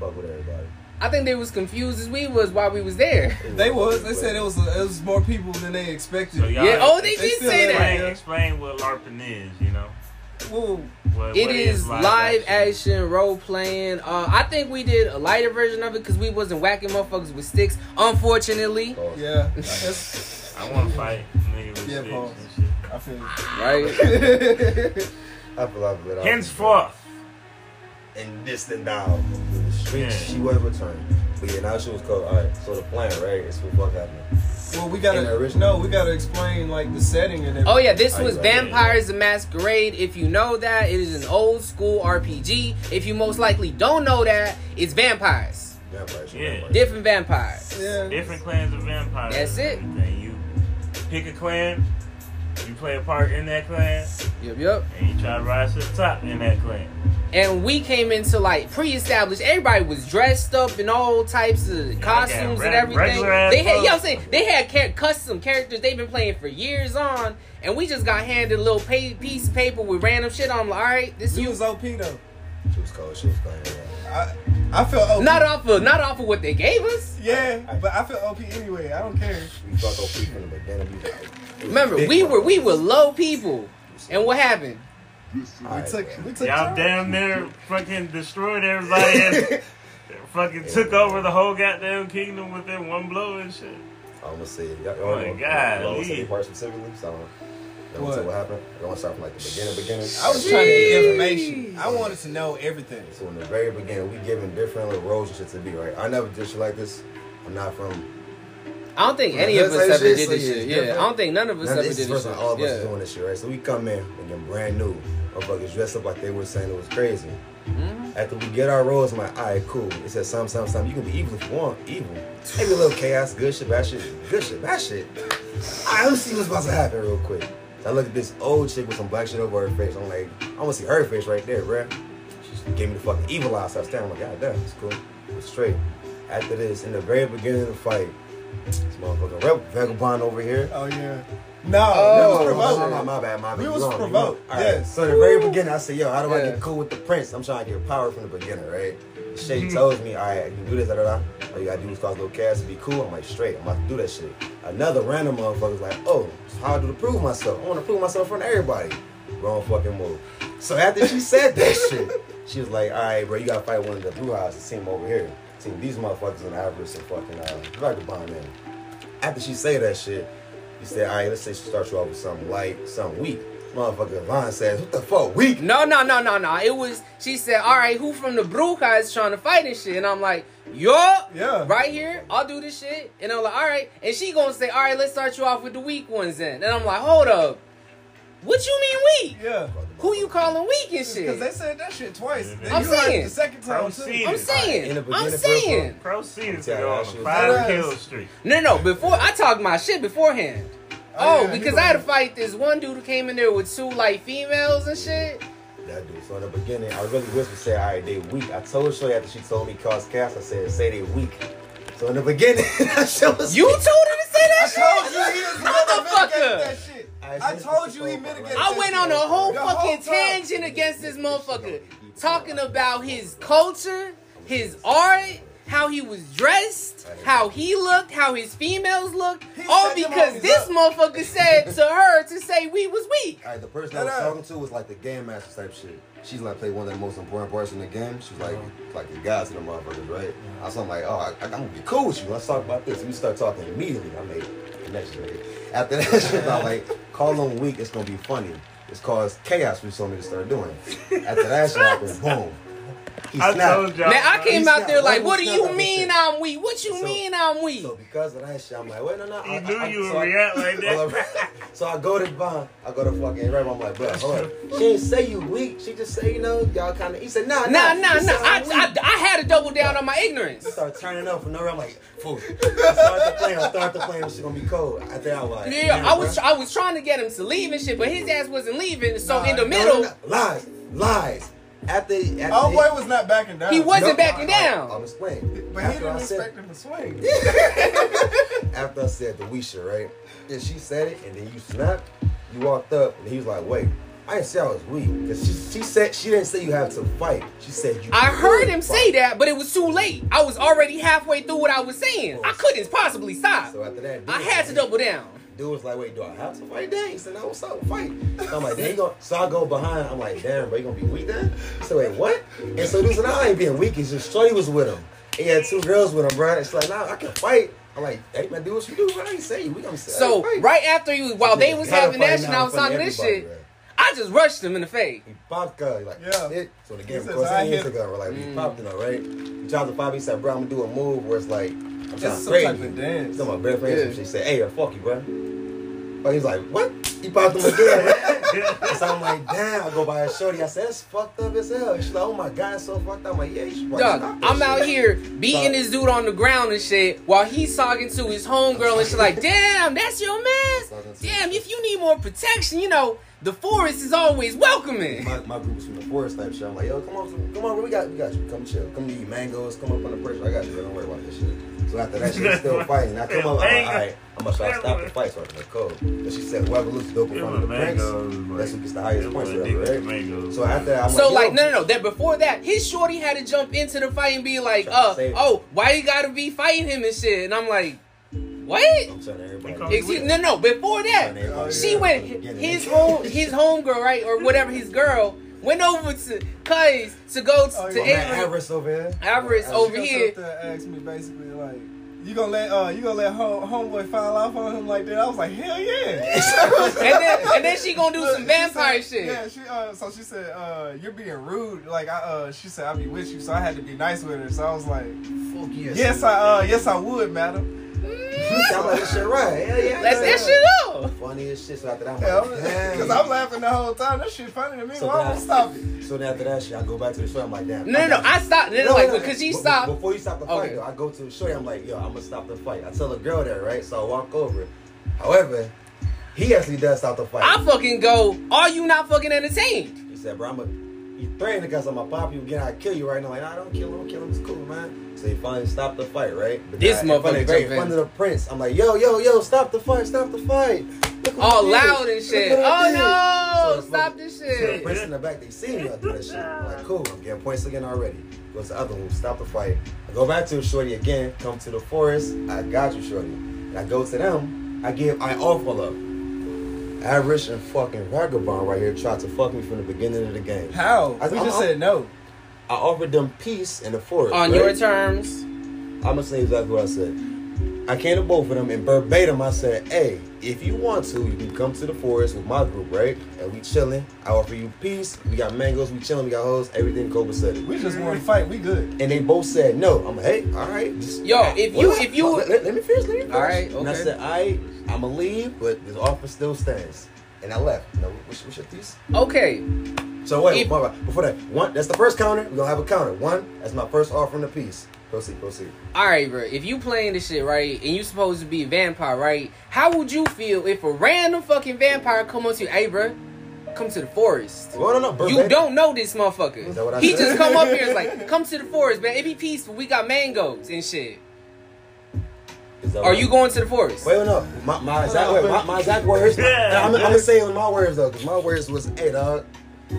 A: Fuck with everybody.
B: I think they was confused as we was while we was there.
E: They was. They said it was it was more people than they expected.
D: So y'all
B: yeah. Oh, they,
E: they
B: did
E: still
B: say
E: ain't
B: that.
D: explain, explain what LARPing is, you know?
E: Woo.
D: What,
B: It
D: what
B: is live action role playing. Uh, I think we did a lighter version of it because we wasn't whacking motherfuckers with sticks. Unfortunately,
A: Oh,
E: Yeah. That's,
D: I want to fight nigga with
E: Yeah,
D: sticks
E: pause.
D: and shit.
E: I feel
B: right?
E: it.
A: I feel like it.
D: Henceforth,
A: and this and now. In the streets,
D: Yeah.
A: she was returned. But yeah, now she was called. All right, so the plan, right? It's what fuck happened.
E: well, we
A: In the
E: gotta
A: original.
E: no, we gotta explain like the setting and everything.
B: Oh yeah, this
A: Are
B: was
A: you ready?
B: Vampires the Masquerade. If you know that, it is an old school RPG. If you most likely don't know that, it's vampires.
A: Vampire, she
D: Yeah.
A: vampire.
B: Different vampires.
E: Yeah.
D: different clans of vampires.
B: That's
D: and
B: it.
D: everything. You pick a clan, you play a part in that clan,
B: Yep, yep.
D: and you try to rise to the top in that clan.
B: And we came into like pre-established. Everybody was dressed up in all types of costumes
D: reg-
B: and everything.
D: regular ass
B: They had, yeah, I'm
D: folks.
B: saying they had char- custom characters they've been playing for years on, and we just got handed a little pa- piece of paper with random shit on. I'm like, all right, this
E: She
B: you.
E: was OP though.
A: She was cold. She was playing. Yeah.
E: I I felt OP.
B: Not off of not off of what they gave us.
E: yeah, but I feel OP anyway. I don't care.
A: We fucked on people in the beginning. We like, it was
B: Remember,
A: big
B: we
A: fuck.
B: were we were low people, and what happened?
A: All right,
E: we took
A: bro.
E: we took
D: Y'all
E: charge.
D: damn near fucking destroyed everybody and fucking took over the whole goddamn kingdom within one blow and shit.
A: I'm gonna say, y'all,
D: Oh my
A: y'all
D: God,
A: Y'all wanna
D: Lee.
A: say any part specifically? So, y'all wanna
E: What?
A: say what happened? Y'all wanna start from like the beginning, beginning?
E: I was trying to get information. I wanted to know everything.
A: So in the very beginning, we given different little roles and shit to be right. I never did shit like this. I'm not from.
B: I don't think
A: Yeah,
B: any of
A: that's like
B: us ever
A: shit,
B: did
A: so
B: this
A: yeah,
B: shit.
A: it's
B: Yeah,
A: different.
B: I don't think none of us
A: Now,
B: ever
A: this
B: did
A: is
B: this
A: first
B: shit.
A: time all of us is
B: Yeah.
A: doing this shit, right? So we come in and get brand new. Motherfuckers dressed up like they were saying it was crazy.
B: Mm-hmm.
A: After we get our roles, I'm like, all right, cool. It says some, some, some. You can be evil if you want, evil. Maybe a little chaos, good shit, bad shit, good shit, bad shit. I don't see what's about to happen real quick. I look at this old chick with some black shit over her face. I'm like, I want to see her face right there, bruh. She just gave me the fucking evil eye. So I was standing, I'm like, God damn, it's cool. It's straight. After this, in the very beginning of the fight, this motherfucking Rep- vagabond over here.
E: Oh yeah. No,
B: Oh,
E: we
A: No, no,
E: was provoked.
A: no, my bad, my bad.
E: We
A: You
E: was
A: wrong, you wrong.
E: provoked,
A: All right,
E: yes.
A: So the very beginning, I said, "Yo, how do I
B: Yeah.
A: get cool with the prince? I'm trying to get power from the beginning, right?" Shay
E: Mm-hmm.
A: tells me, "All right, you can do this, da da da. All you gotta do is cause little cats to be cool." I'm like, "Straight, I'm about to do that shit." Another random motherfucker's like, "Oh, how do to prove myself? I want to prove myself in front of everybody." Wrong fucking move. So after she said that shit, she was like, "All right, bro, you gotta fight one of the blue eyes. It seem over here. Team these motherfuckers in the Ivory some fucking uh, vagabond man." after she say that shit, you say, all right, let's say she starts you off with something light, something weak. Motherfucker Vaughn says, what the fuck, weak?
B: No, no, no, no, no. It was. She said, "All right, who from the Bruja is trying to fight and shit?" And I'm like, "Yo,
E: Yeah.
B: right here, I'll do this shit." And I'm like, "All right," and she gonna say, "All right, let's start you off with the weak ones then." And I'm like, "Hold up, what you mean weak?
E: Yeah.
B: Who you calling weak and
E: Because they
B: shit?"
E: said that shit twice.
D: I'm
E: Then you heard
B: saying.
E: it the second time too.
D: Proceed.
B: I'm
A: In
B: saying,
A: the
B: I'm
A: beginning,
B: saying.
D: Proceeded to
A: Yeah,
D: go on
A: that
D: a
A: shit was-
D: five
E: Yes.
D: kill streak.
B: No, no, before I talk my shit beforehand.
E: Oh,
B: Oh,
E: yeah, he
B: because
E: gonna-
B: I had to fight this one dude who came in there with two like females and shit.
A: That dude. So in the beginning, I really whispered, say, all right, they weak. I told Shorty after she told me cause cast, I said, say they weak. So in the beginning, that shit was
B: You told him to say
E: I
B: that shit.
E: told you he was
B: Motherfucker.
E: mitigated that shit.
A: I
E: I
A: said
E: told
A: this
E: you he
A: before,
E: mitigated
A: but
E: that
A: like-
B: I went on a whole
E: The whole
B: fucking
E: time.
B: tangent against this motherfucker, talking about his culture, his art, how he was dressed, how he looked, how his females looked,
E: He
B: all
E: set them
B: because
E: homies
B: this
E: up.
B: motherfucker said to her to say we was weak.
A: Alright, the person I was talking to was like the game master type shit. She's like played one of the most important parts in the game. She was like
D: Uh-huh.
A: like the guys to the motherfuckers, right? I was I'm like, oh, I, I'm gonna be cool with you. Let's talk about this. We start talking immediately. I made connection. nigga. After that shit, I'm like, call them weak. It's gonna be funny. It's caused chaos. We told me to start doing. After that shit happened, boom. He
D: I
A: snapped.
D: told y'all.
B: Man, I came
A: he's
B: out
A: not-
B: there like,
A: why
B: what do
A: he's
B: you
A: not
B: mean
A: understand?
B: I'm weak? What you
A: So-
B: mean I'm weak?
A: So because of that shit, I'm like, wait, no, no.
D: He
A: I,
D: knew
A: I,
D: you would
A: so I-
D: react like that.
A: Hold up. so I go to Bond. I go to fucking Ram. I'm like, bro, hold up. She didn't say you weak. She just say, you know, y'all kind of. He said, nah, nah,
B: Nah, nah,
A: You
B: nah.
A: said
B: I,
A: I'm
B: I,
A: weak.
B: I had to double down on my ignorance.
A: I start turning up for no reason. I'm like, fool. I start the plane. I start the plane. This shit gonna be cold. I think I was like,
B: Yeah,
A: damn,
B: I was
A: bro.
B: I was trying to get him to leave and shit, but his ass wasn't leaving. So in the
A: No,
B: middle,
A: no, no. lies, lies. After, after
D: Oh,
E: Our boy was not backing down.
B: He wasn't
A: No,
B: backing
A: I- I-
B: down.
A: I'm explaining.
E: But he
A: After
E: didn't
A: I said-
E: expect him to swing.
A: after I said the we shit, right? And she said it, and then you snapped. You walked up, and he was like, "Wait, I didn't say I was weak." 'Cause she, she said she didn't say you have to fight. She said you.
B: I heard
A: could
B: him
A: fight.
B: say that, but it was too late. I was already halfway through what I was saying. I couldn't possibly stop.
A: So after that, dude,
B: I had to double down.
A: Dude was like, "Wait, do I have to fight?" Then he said, "No, what's up? Fight." So I'm like, "Then you go." So I go behind. I'm like, "Damn, bro, you gonna be weak then?" So wait, what? And so dude said, "I ain't being weak. It's just Shorty was with him. He had two girls with him, bro. It's like, nah, I can fight." I'm like, "Hey man, do what you do. Bro. I ain't say you. We gonna say
B: So
A: fight."
B: right after you, while they was
A: Gotta
B: having
A: fight
B: that shit, and
A: now
B: I was
A: in front of
B: talking this
A: everybody,
B: shit.
A: bro.
B: I just rushed him in the face.
A: He popped up. He like,
E: Yeah.
A: shit. So the
E: He
A: game, of
E: says,
A: course,
E: "I
A: he
E: hit
A: hit the gun. We're like,
B: Mm.
A: we popped it up, right? He dropped the five. He said, bro, I'm gonna do a move where it's like, I'm trying
E: It's
A: to
E: some
A: grade
E: type
A: you.
E: of dance.
A: Some of my best friends. She said, hey, yo, fuck you, bro. But he's like, what? He popped him again. right? so I'm like, damn. I go by a shorty. I said, that's fucked up as hell. She's like, oh my god, it's so fucked up. I'm like, yeah, you should fucking
B: Doug,
A: stop that
B: I'm out
A: shit."
B: here beating this dude on the ground and shit while he's talking to his homegirl and she's like, damn, that's your man? Damn, if you need more protection, you know, the forest is always welcoming.
A: My, my group was from the forest type shit. I'm like, yo, come on, come on, bro, we got, we got you. Come chill. Come eat mangoes. Come up on the pressure. I got you. bro. Don't worry about this shit. So after that, she's still fighting. I come up, I'm like, all right, I'm gonna try to stop the fight. So I can go. And she said, whoever loses dope in
D: It
A: front of
D: was
A: the prince,
D: mangoes, like-
A: that's who gets the highest
D: it
A: points.
D: was
A: whatever,
D: addicted to
A: right?
D: mangoes.
A: So after that, I'm
B: So
A: like,
B: like no no no that before that his shorty had to jump into the fight and be like uh oh why you gotta be fighting him and shit and I'm like what
A: I'm telling everybody.
D: Because-
B: Excuse- no no before that she went his home his homegirl right or whatever his girl went over to Cuz to go to, to
E: yeah.
B: Avery
A: Avarice over here.
B: Avarice over
E: He
B: here
E: up there and asked me basically like, "You gonna let uh, you gonna let home, homeboy file off on him like that?" I was like, "Hell yeah!"
B: and then and then she gonna do
E: Look,
B: some
E: she
B: vampire
E: said-
B: shit.
E: Yeah, she uh, so she said, uh, "You're being rude." Like I, uh, she said, "I'll be with you," so I had to be nice with her. So I was like,
A: Fuck
E: "Yes, I, uh, yes, I would, madam."
A: I'm like, this shit right. Hell yeah.
B: Let's
A: yeah.
B: that shit up.
A: Funny as shit. So after that, I'm like, damn.
E: Because I'm laughing the whole time. That shit funny to me.
A: So
E: Why
A: now-
E: don't stop it?
A: So then after that shit, I go back to the show. I'm like, damn.
B: No no no
A: got
B: I stopped and then like
A: no, no.
B: because she
A: Be- be-
B: stopped
A: Before you stop the fight,
B: Okay.
A: though, I go to the shorty. I'm like, yo, I'm gonna stop the fight. I tell the girl that, right? So I walk over. However, he actually does stop the fight.
B: I fucking go are you not fucking entertained?
A: he said, bro, I'm gonna. You threatened because I'm gonna pop you again. I kill you right now. Like, nah, don't kill him. Kill him. It's cool, man. So he finally stopped the fight, right? But
B: This
A: then I- in front
B: motherfucker
A: of, right, in
B: jumping.
A: front of the prince. I'm like, yo, yo, yo, stop the fight. Stop the fight. Look what I
B: all
A: did.
B: loud
A: Look
B: and shit.
A: what I
B: Oh
A: did. So
B: no!
A: the
B: Stop
A: mother-
B: this
A: So the
B: shit.
A: person in the back, they see me I do that shit. I'm like, cool, I'm getting points again already. Goes to the other one, stop the fight. I go back to Shorty again, come to the forest, I got you, Shorty. And I go to them, I give, I offer up. Average and fucking vagabond right here tried to fuck me from the beginning of the game.
E: How?
A: I-
E: we
A: I'm-
E: just
A: I'm-
E: said no.
A: I offered them peace in the forest.
B: On
A: right?
B: your terms.
A: I'm gonna say exactly what I said. I came to both of them and verbatim I said, hey, if you want to, you can come to the forest with my group, right? And we chilling. I offer you peace. We got mangoes, we chilling, we got hoes, everything copacetic.
E: We just want to fight. We good.
A: And they both said no. I'm like, hey, all right. Just,
B: Yo, if you- if you-
A: let, let- let me finish, let me finish.
B: All right,
A: And I
B: okay.
A: said, all right, I'm gonna leave, but this offer still stands. And I left. No, what's, what's your thesis?
B: Okay.
A: So wait,
B: If-
A: before before that, one that's the first counter. We're gonna have a counter. One, that's my first offering of peace. Proceed, proceed.
B: Alright, bro. If you playing this shit, right, and you supposed to be a vampire, right? How would you feel if a random fucking vampire come up to you, hey bro, come to the forest?
A: Well, no, no,
B: You
A: verbatim.
B: don't know this motherfucker.
A: Is that what I
B: he
A: said?
B: just come up here and is like, come to the forest, man. It be peaceful. We got mangoes and shit.
A: Is that
B: Are
A: what-
B: you going to the forest?
A: Wait, no, my, my exact word, my, my exact words.
D: Yeah.
A: I'm, gonna say it with my words though, cause my words was, hey dog,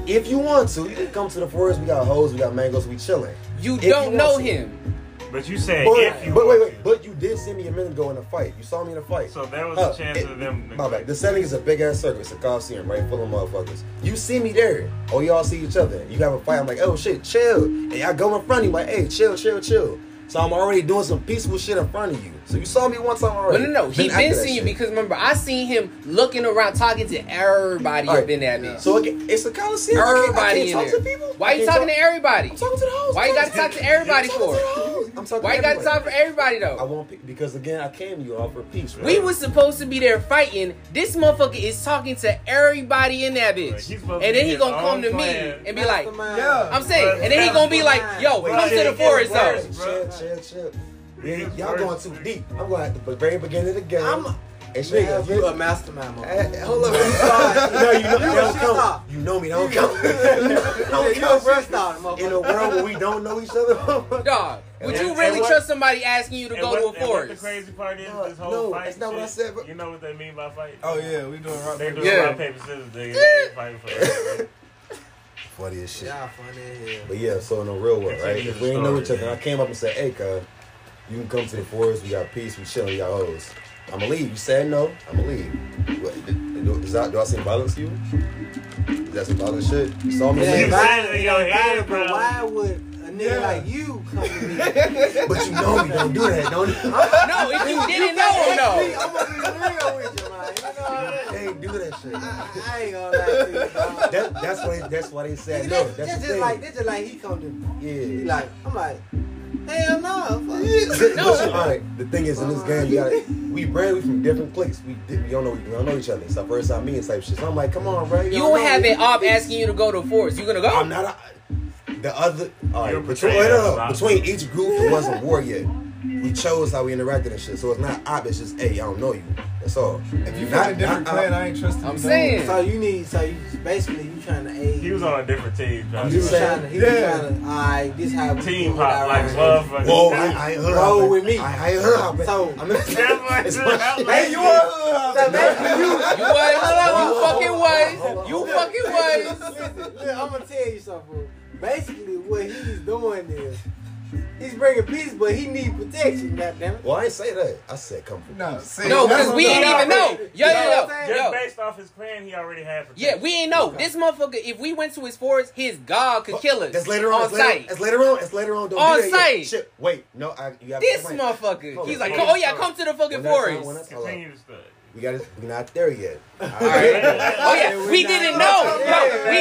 A: if you want to, you can come to the forest. We got hoes, we got mangoes, we chilling.
B: You
A: If you
B: don't
A: want
B: know
A: to.
B: him.
D: But you said
A: But,
D: if you
A: but wait,
D: want
A: wait, but you did see me a minute ago in a fight. You saw me in a
D: to.
A: fight.
D: So there was
A: Uh,
D: a chance
A: it-
D: of them.
A: My bad. The setting is a big ass circle. It's a coliseum, right? Full of motherfuckers. You see me there. Oh, y'all see each other. You have a fight. I'm like, oh shit, chill. And y'all go in front of you, like, hey, chill, chill, chill. So I'm already doing some peaceful shit in front of you. So you saw me one time
B: But
A: already.
B: no, no, he
A: after
B: been
A: that
B: seeing you
A: shit.
B: because remember, I seen him looking around talking to everybody
A: All
B: up
A: right.
B: in that bitch.
A: So again, it's a coliseum. I can't, I
B: Everybody
A: can't
B: in
A: talk
B: there.
A: to people.
B: Why
A: I
B: you
A: can't
B: talking
A: talk-
B: to everybody?
A: I'm talking to the host.
B: Why you gotta talk to everybody
A: I'm talking
B: for
A: to
B: it?
A: the host. I'm talking.
B: Why
A: to
B: you gotta
A: everybody.
B: talk for everybody
A: I
B: though?
A: want pe- because again, I came to you all for peace.
B: We
A: right?
B: was supposed to be there fighting. This motherfucker is talking to everybody in that bitch. And then he gonna come to me and be like,
E: Yeah.
B: I'm saying, and then he gonna be like, yo,
A: Wait,
B: come to the
A: shit,
B: forest
A: get
B: though.
A: worse, Chill, chill, chill. Yeah, y'all going too deep. I'm going at the very beginning of the game.
F: I'm-
A: and she
F: Nigga,
A: has
F: you a mastermind, man.
A: Hey, Eh, Hold up, you stop. no, you know,
F: You
A: don't come.
F: stop.
A: You know me, don't come.
F: Yeah,
A: don't
F: you a
A: come.
F: breast out,
A: In
F: motherfucker.
A: a world where we don't know each other,
B: Dog, would
D: And-
B: you
D: and
B: really
D: what-
B: trust somebody asking you to
D: And
B: go
D: what,
B: to a
D: and what the
B: forest?
D: crazy part is,
A: No,
D: this whole
A: no,
D: fight
A: that's not
D: shit,
A: what I said, but-
D: You know what they mean by fight?
E: Oh yeah, we doing rock
D: They do
E: paper.
B: Yeah.
D: yeah. rock paper scissors, nigga. They ain't fighting for that.
A: funny as shit.
F: Y'all funny as hell.
A: But yeah, so in the real world, right?
D: Continue
A: If
D: the
A: we ain't know each
D: story,
A: other, I
D: man.
A: came up and said, "Hey, cuz, you can come to the forest. We got peace. We chilling. Y'all hoes. I'ma leave." You said no. I'ma leave. What, do, is that, do I seem violent to you? Is that some violent shit? You saw me.
F: Yeah,
D: You
A: leave?
F: but-
D: said it in your
F: Why-
D: head, bro.
F: Why would a nigga
E: Yeah.
F: like you come to me?
A: But you know me. Don't do that. Don't.
B: No, if you didn't know,
F: Actually,
B: no.
F: I'm gonna be real with you, man. You know what I mean?
A: Hey, do that shit.
F: I I ain't gonna lie to you, dog.
A: That, that's why. That's why they said
F: Nigga,
A: no.
F: that-
A: That's
F: That's
A: the
F: just
A: thing.
F: like, that's just like he come to me. He
A: yeah.
F: like, I'm like, hell no. fuck.
A: But you- all right, the thing is, in this game, you gotta, we brand, we from different cliques. We, di- we don't know, we don't know each other. It's our first time meeting type shit. So I'm like, come on, bro.
B: You
A: don't
B: don't
A: know
B: have
A: me.
B: it up asking you to go to a forest. You gonna go?
A: I'm not a, the other. All
D: You're
A: right, between,
D: betraying
A: wait, no,
D: us,
A: no,
D: Bob.
A: between each group, there wasn't war yet. We chose how we interacted and shit, so it's not op. It's just, hey, I don't know you. That's all. If
E: You
A: you
E: got
A: not
E: a different
A: not uh, op-
E: clan. I ain't trusting.
B: I'm
E: you,
B: saying.
F: So you need, so you basically you trying to aid.
D: He was on a different team, bro.
A: I'm
F: He
A: just
F: was
A: saying.
F: trying to, he
E: Yeah.
F: was trying to, all right, this how we
D: Team
F: do it,
D: hop
F: all
D: like
F: right.
D: motherfucker.
A: Whoa, I, I ain't hood
F: Roll
A: hopping.
F: with me.
A: I, I ain't hood hopping.
F: So-
A: I'm in,
D: That boy
A: it's
D: said,
A: my
D: I'm
A: shit.
D: like-
E: Hey, you are.
F: So basically you,
B: You was. You fucking
A: Hold
B: was.
A: on,
B: You
A: hold on.
B: fucking was.
F: I'm gonna tell you something. Basically, what he's doing is he's bringing peace, but he need protection. Goddamn it!
A: Well, I ain't say that. I said come from.
E: No, see,
B: No,
E: that's
B: because we
E: what
B: ain't
E: I'm
B: even know.
F: saying.
B: Yo,
F: That's
B: yo,
F: what I'm
B: yo,
F: saying.
D: Just
B: yo.
D: based off his clan, he already had
B: Yeah,
D: protection.
B: we ain't know. This motherfucker, if we went to his forest, his god could kill us.
A: That's later on.
B: On
A: that's later,
B: site.
A: That's later on. That's later on. Don't
B: On
A: do that yet.
B: site.
A: Shit. Wait. No. I, you have
B: This
A: wait.
B: motherfucker.
A: Hold
B: He's
A: on,
B: like,
D: hold
B: oh yeah,
D: on.
B: come to the
A: When that's
B: fucking
A: not- when
B: forest.
A: that's- hold on.
D: Continue the story.
A: We got. We're not there yet. All
D: right.
B: Oh yeah, we
F: We're
B: didn't
F: not- Yeah,
B: know. Yo, we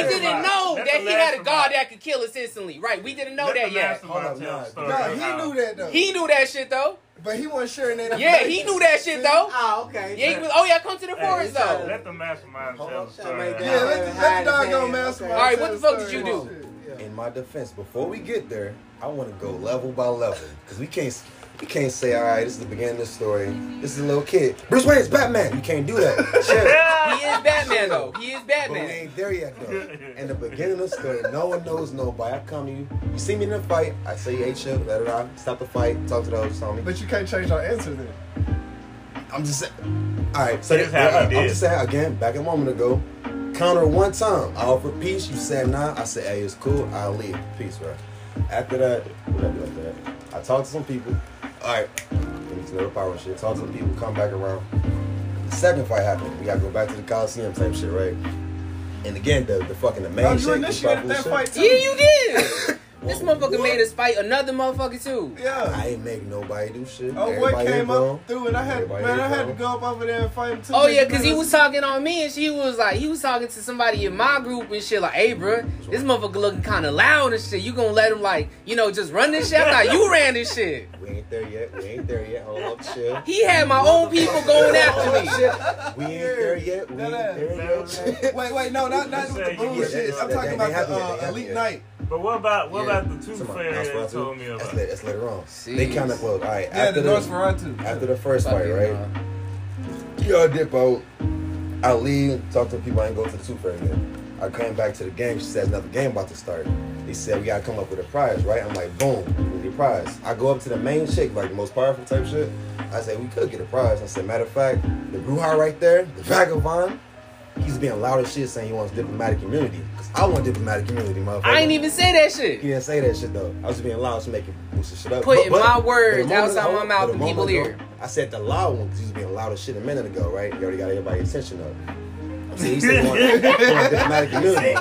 F: that's
B: didn't
D: about-
B: know
D: that's
B: that
D: the
B: he
D: last
B: had a
D: about-
B: god that could kill us instantly. Right, we didn't know
D: Let
B: that
D: the
B: yet.
D: mastermind
A: Hold on,
D: tell
A: nah,
D: the story.
E: No,
D: Nah,
E: he knew that though.
B: He knew that shit though.
E: but he wasn't sharing that.
B: Yeah, he knew that shit though.
F: Ah, okay.
B: Yeah, he was, oh yeah, come to the
D: Hey,
B: forest though.
D: Let the mastermind
A: Hold
D: tell
A: on.
D: the story.
F: Make
E: Yeah,
F: that-
E: let the, let the dog go, man.
F: Okay.
B: All right, what the fuck did you do?
A: In my defense, before we get there, I want to go level by level because we can't. We can't say, all right, this is the beginning of the story. This is a little kid. Bruce Wayne is Batman. You can't do that. Shit.
B: He is Batman though. He is
A: But we
B: Batman.
A: ain't there yet though. In the beginning of the story, no one knows nobody. I come to you. You see me in a fight. I say, hey, chill, da da da. Stop the fight. Talk to the host, homie.
E: But you can't change our answer then.
A: I'm just saying. All right, so
D: Here's how he
A: I, am
D: did.
A: just saying again. Back a moment ago, counter one time. I offered peace. You said nah. I said, hey, it's cool. I'll leave. Peace, bro. After that, what did I do after that? I talked to some people. All right, let me to the power and shit. Talk to some people. Come back around. Second fight happened. We gotta go back to the Coliseum type shit, right? And again, the, the fucking the main
E: Oh, you
A: shit. was
E: initiated that
A: bullshit.
E: fight too.
B: Yeah, you did. This motherfucker made us fight another motherfucker too.
E: Yeah.
A: I ain't make nobody do shit.
E: Oh, boy
A: Everybody
E: came
A: grown.
E: up through, and I had
A: Everybody
E: man, I had to
A: grown.
E: go up over there and fight him too.
B: Oh yeah, cause he was talking on me and she was like, he was talking to somebody in my group and shit like, hey bro, this motherfucker looking kind of loud and shit. You gonna let him like, you know, just run this shit? I thought you ran this shit.
A: We ain't there yet. We ain't there yet. Hold up, chill.
B: He had my own people going after me.
A: We ain't there yet. We ain't there
D: That-
A: yet.
D: that-
E: Wait, wait, no, not not with the
D: Yeah,
E: bullshit.
A: that's-
E: I'm
A: that-
E: talking
A: that-
E: about
A: they
E: the
A: have it, they
E: uh,
A: have
E: Elite
A: it.
E: Night.
D: But what about what
A: Yeah.
D: about the tooth
A: Come on,
D: fairy
A: that's what I
D: that
A: do.
D: told me
A: That's,
D: about?
A: later, that's later on. They
B: Jeez.
A: kind of well, all right.
E: Yeah,
A: after
E: the North Ferratu.
A: after the first fight,
B: Fucking,
A: right?
B: uh,
A: Y'all dip out. I leave, talk to people, I ain't go to the super again. I came back to the game. She says another game about to start. They said we gotta come up with a prize, right? I'm like, boom, we need a prize. I go up to the main chick, like most powerful type shit. I say we could get a prize. I said, matter of fact, the Bruja right there, the vagabond, He's being loud as shit saying he wants diplomatic immunity. Cause I want diplomatic immunity, motherfucker.
B: I ain't even say that shit.
A: He didn't say that shit though. I was being loud, just making bullshit shit up.
B: Putting my words
A: but a moment
B: outside my mouth
A: but a
B: in
A: moment
B: people's
A: ago,
B: ear.
A: I said the loud one because he was being loud as shit a minute ago, right? You already got everybody's attention up. So he said he wanted, he wanted diplomatic immunity.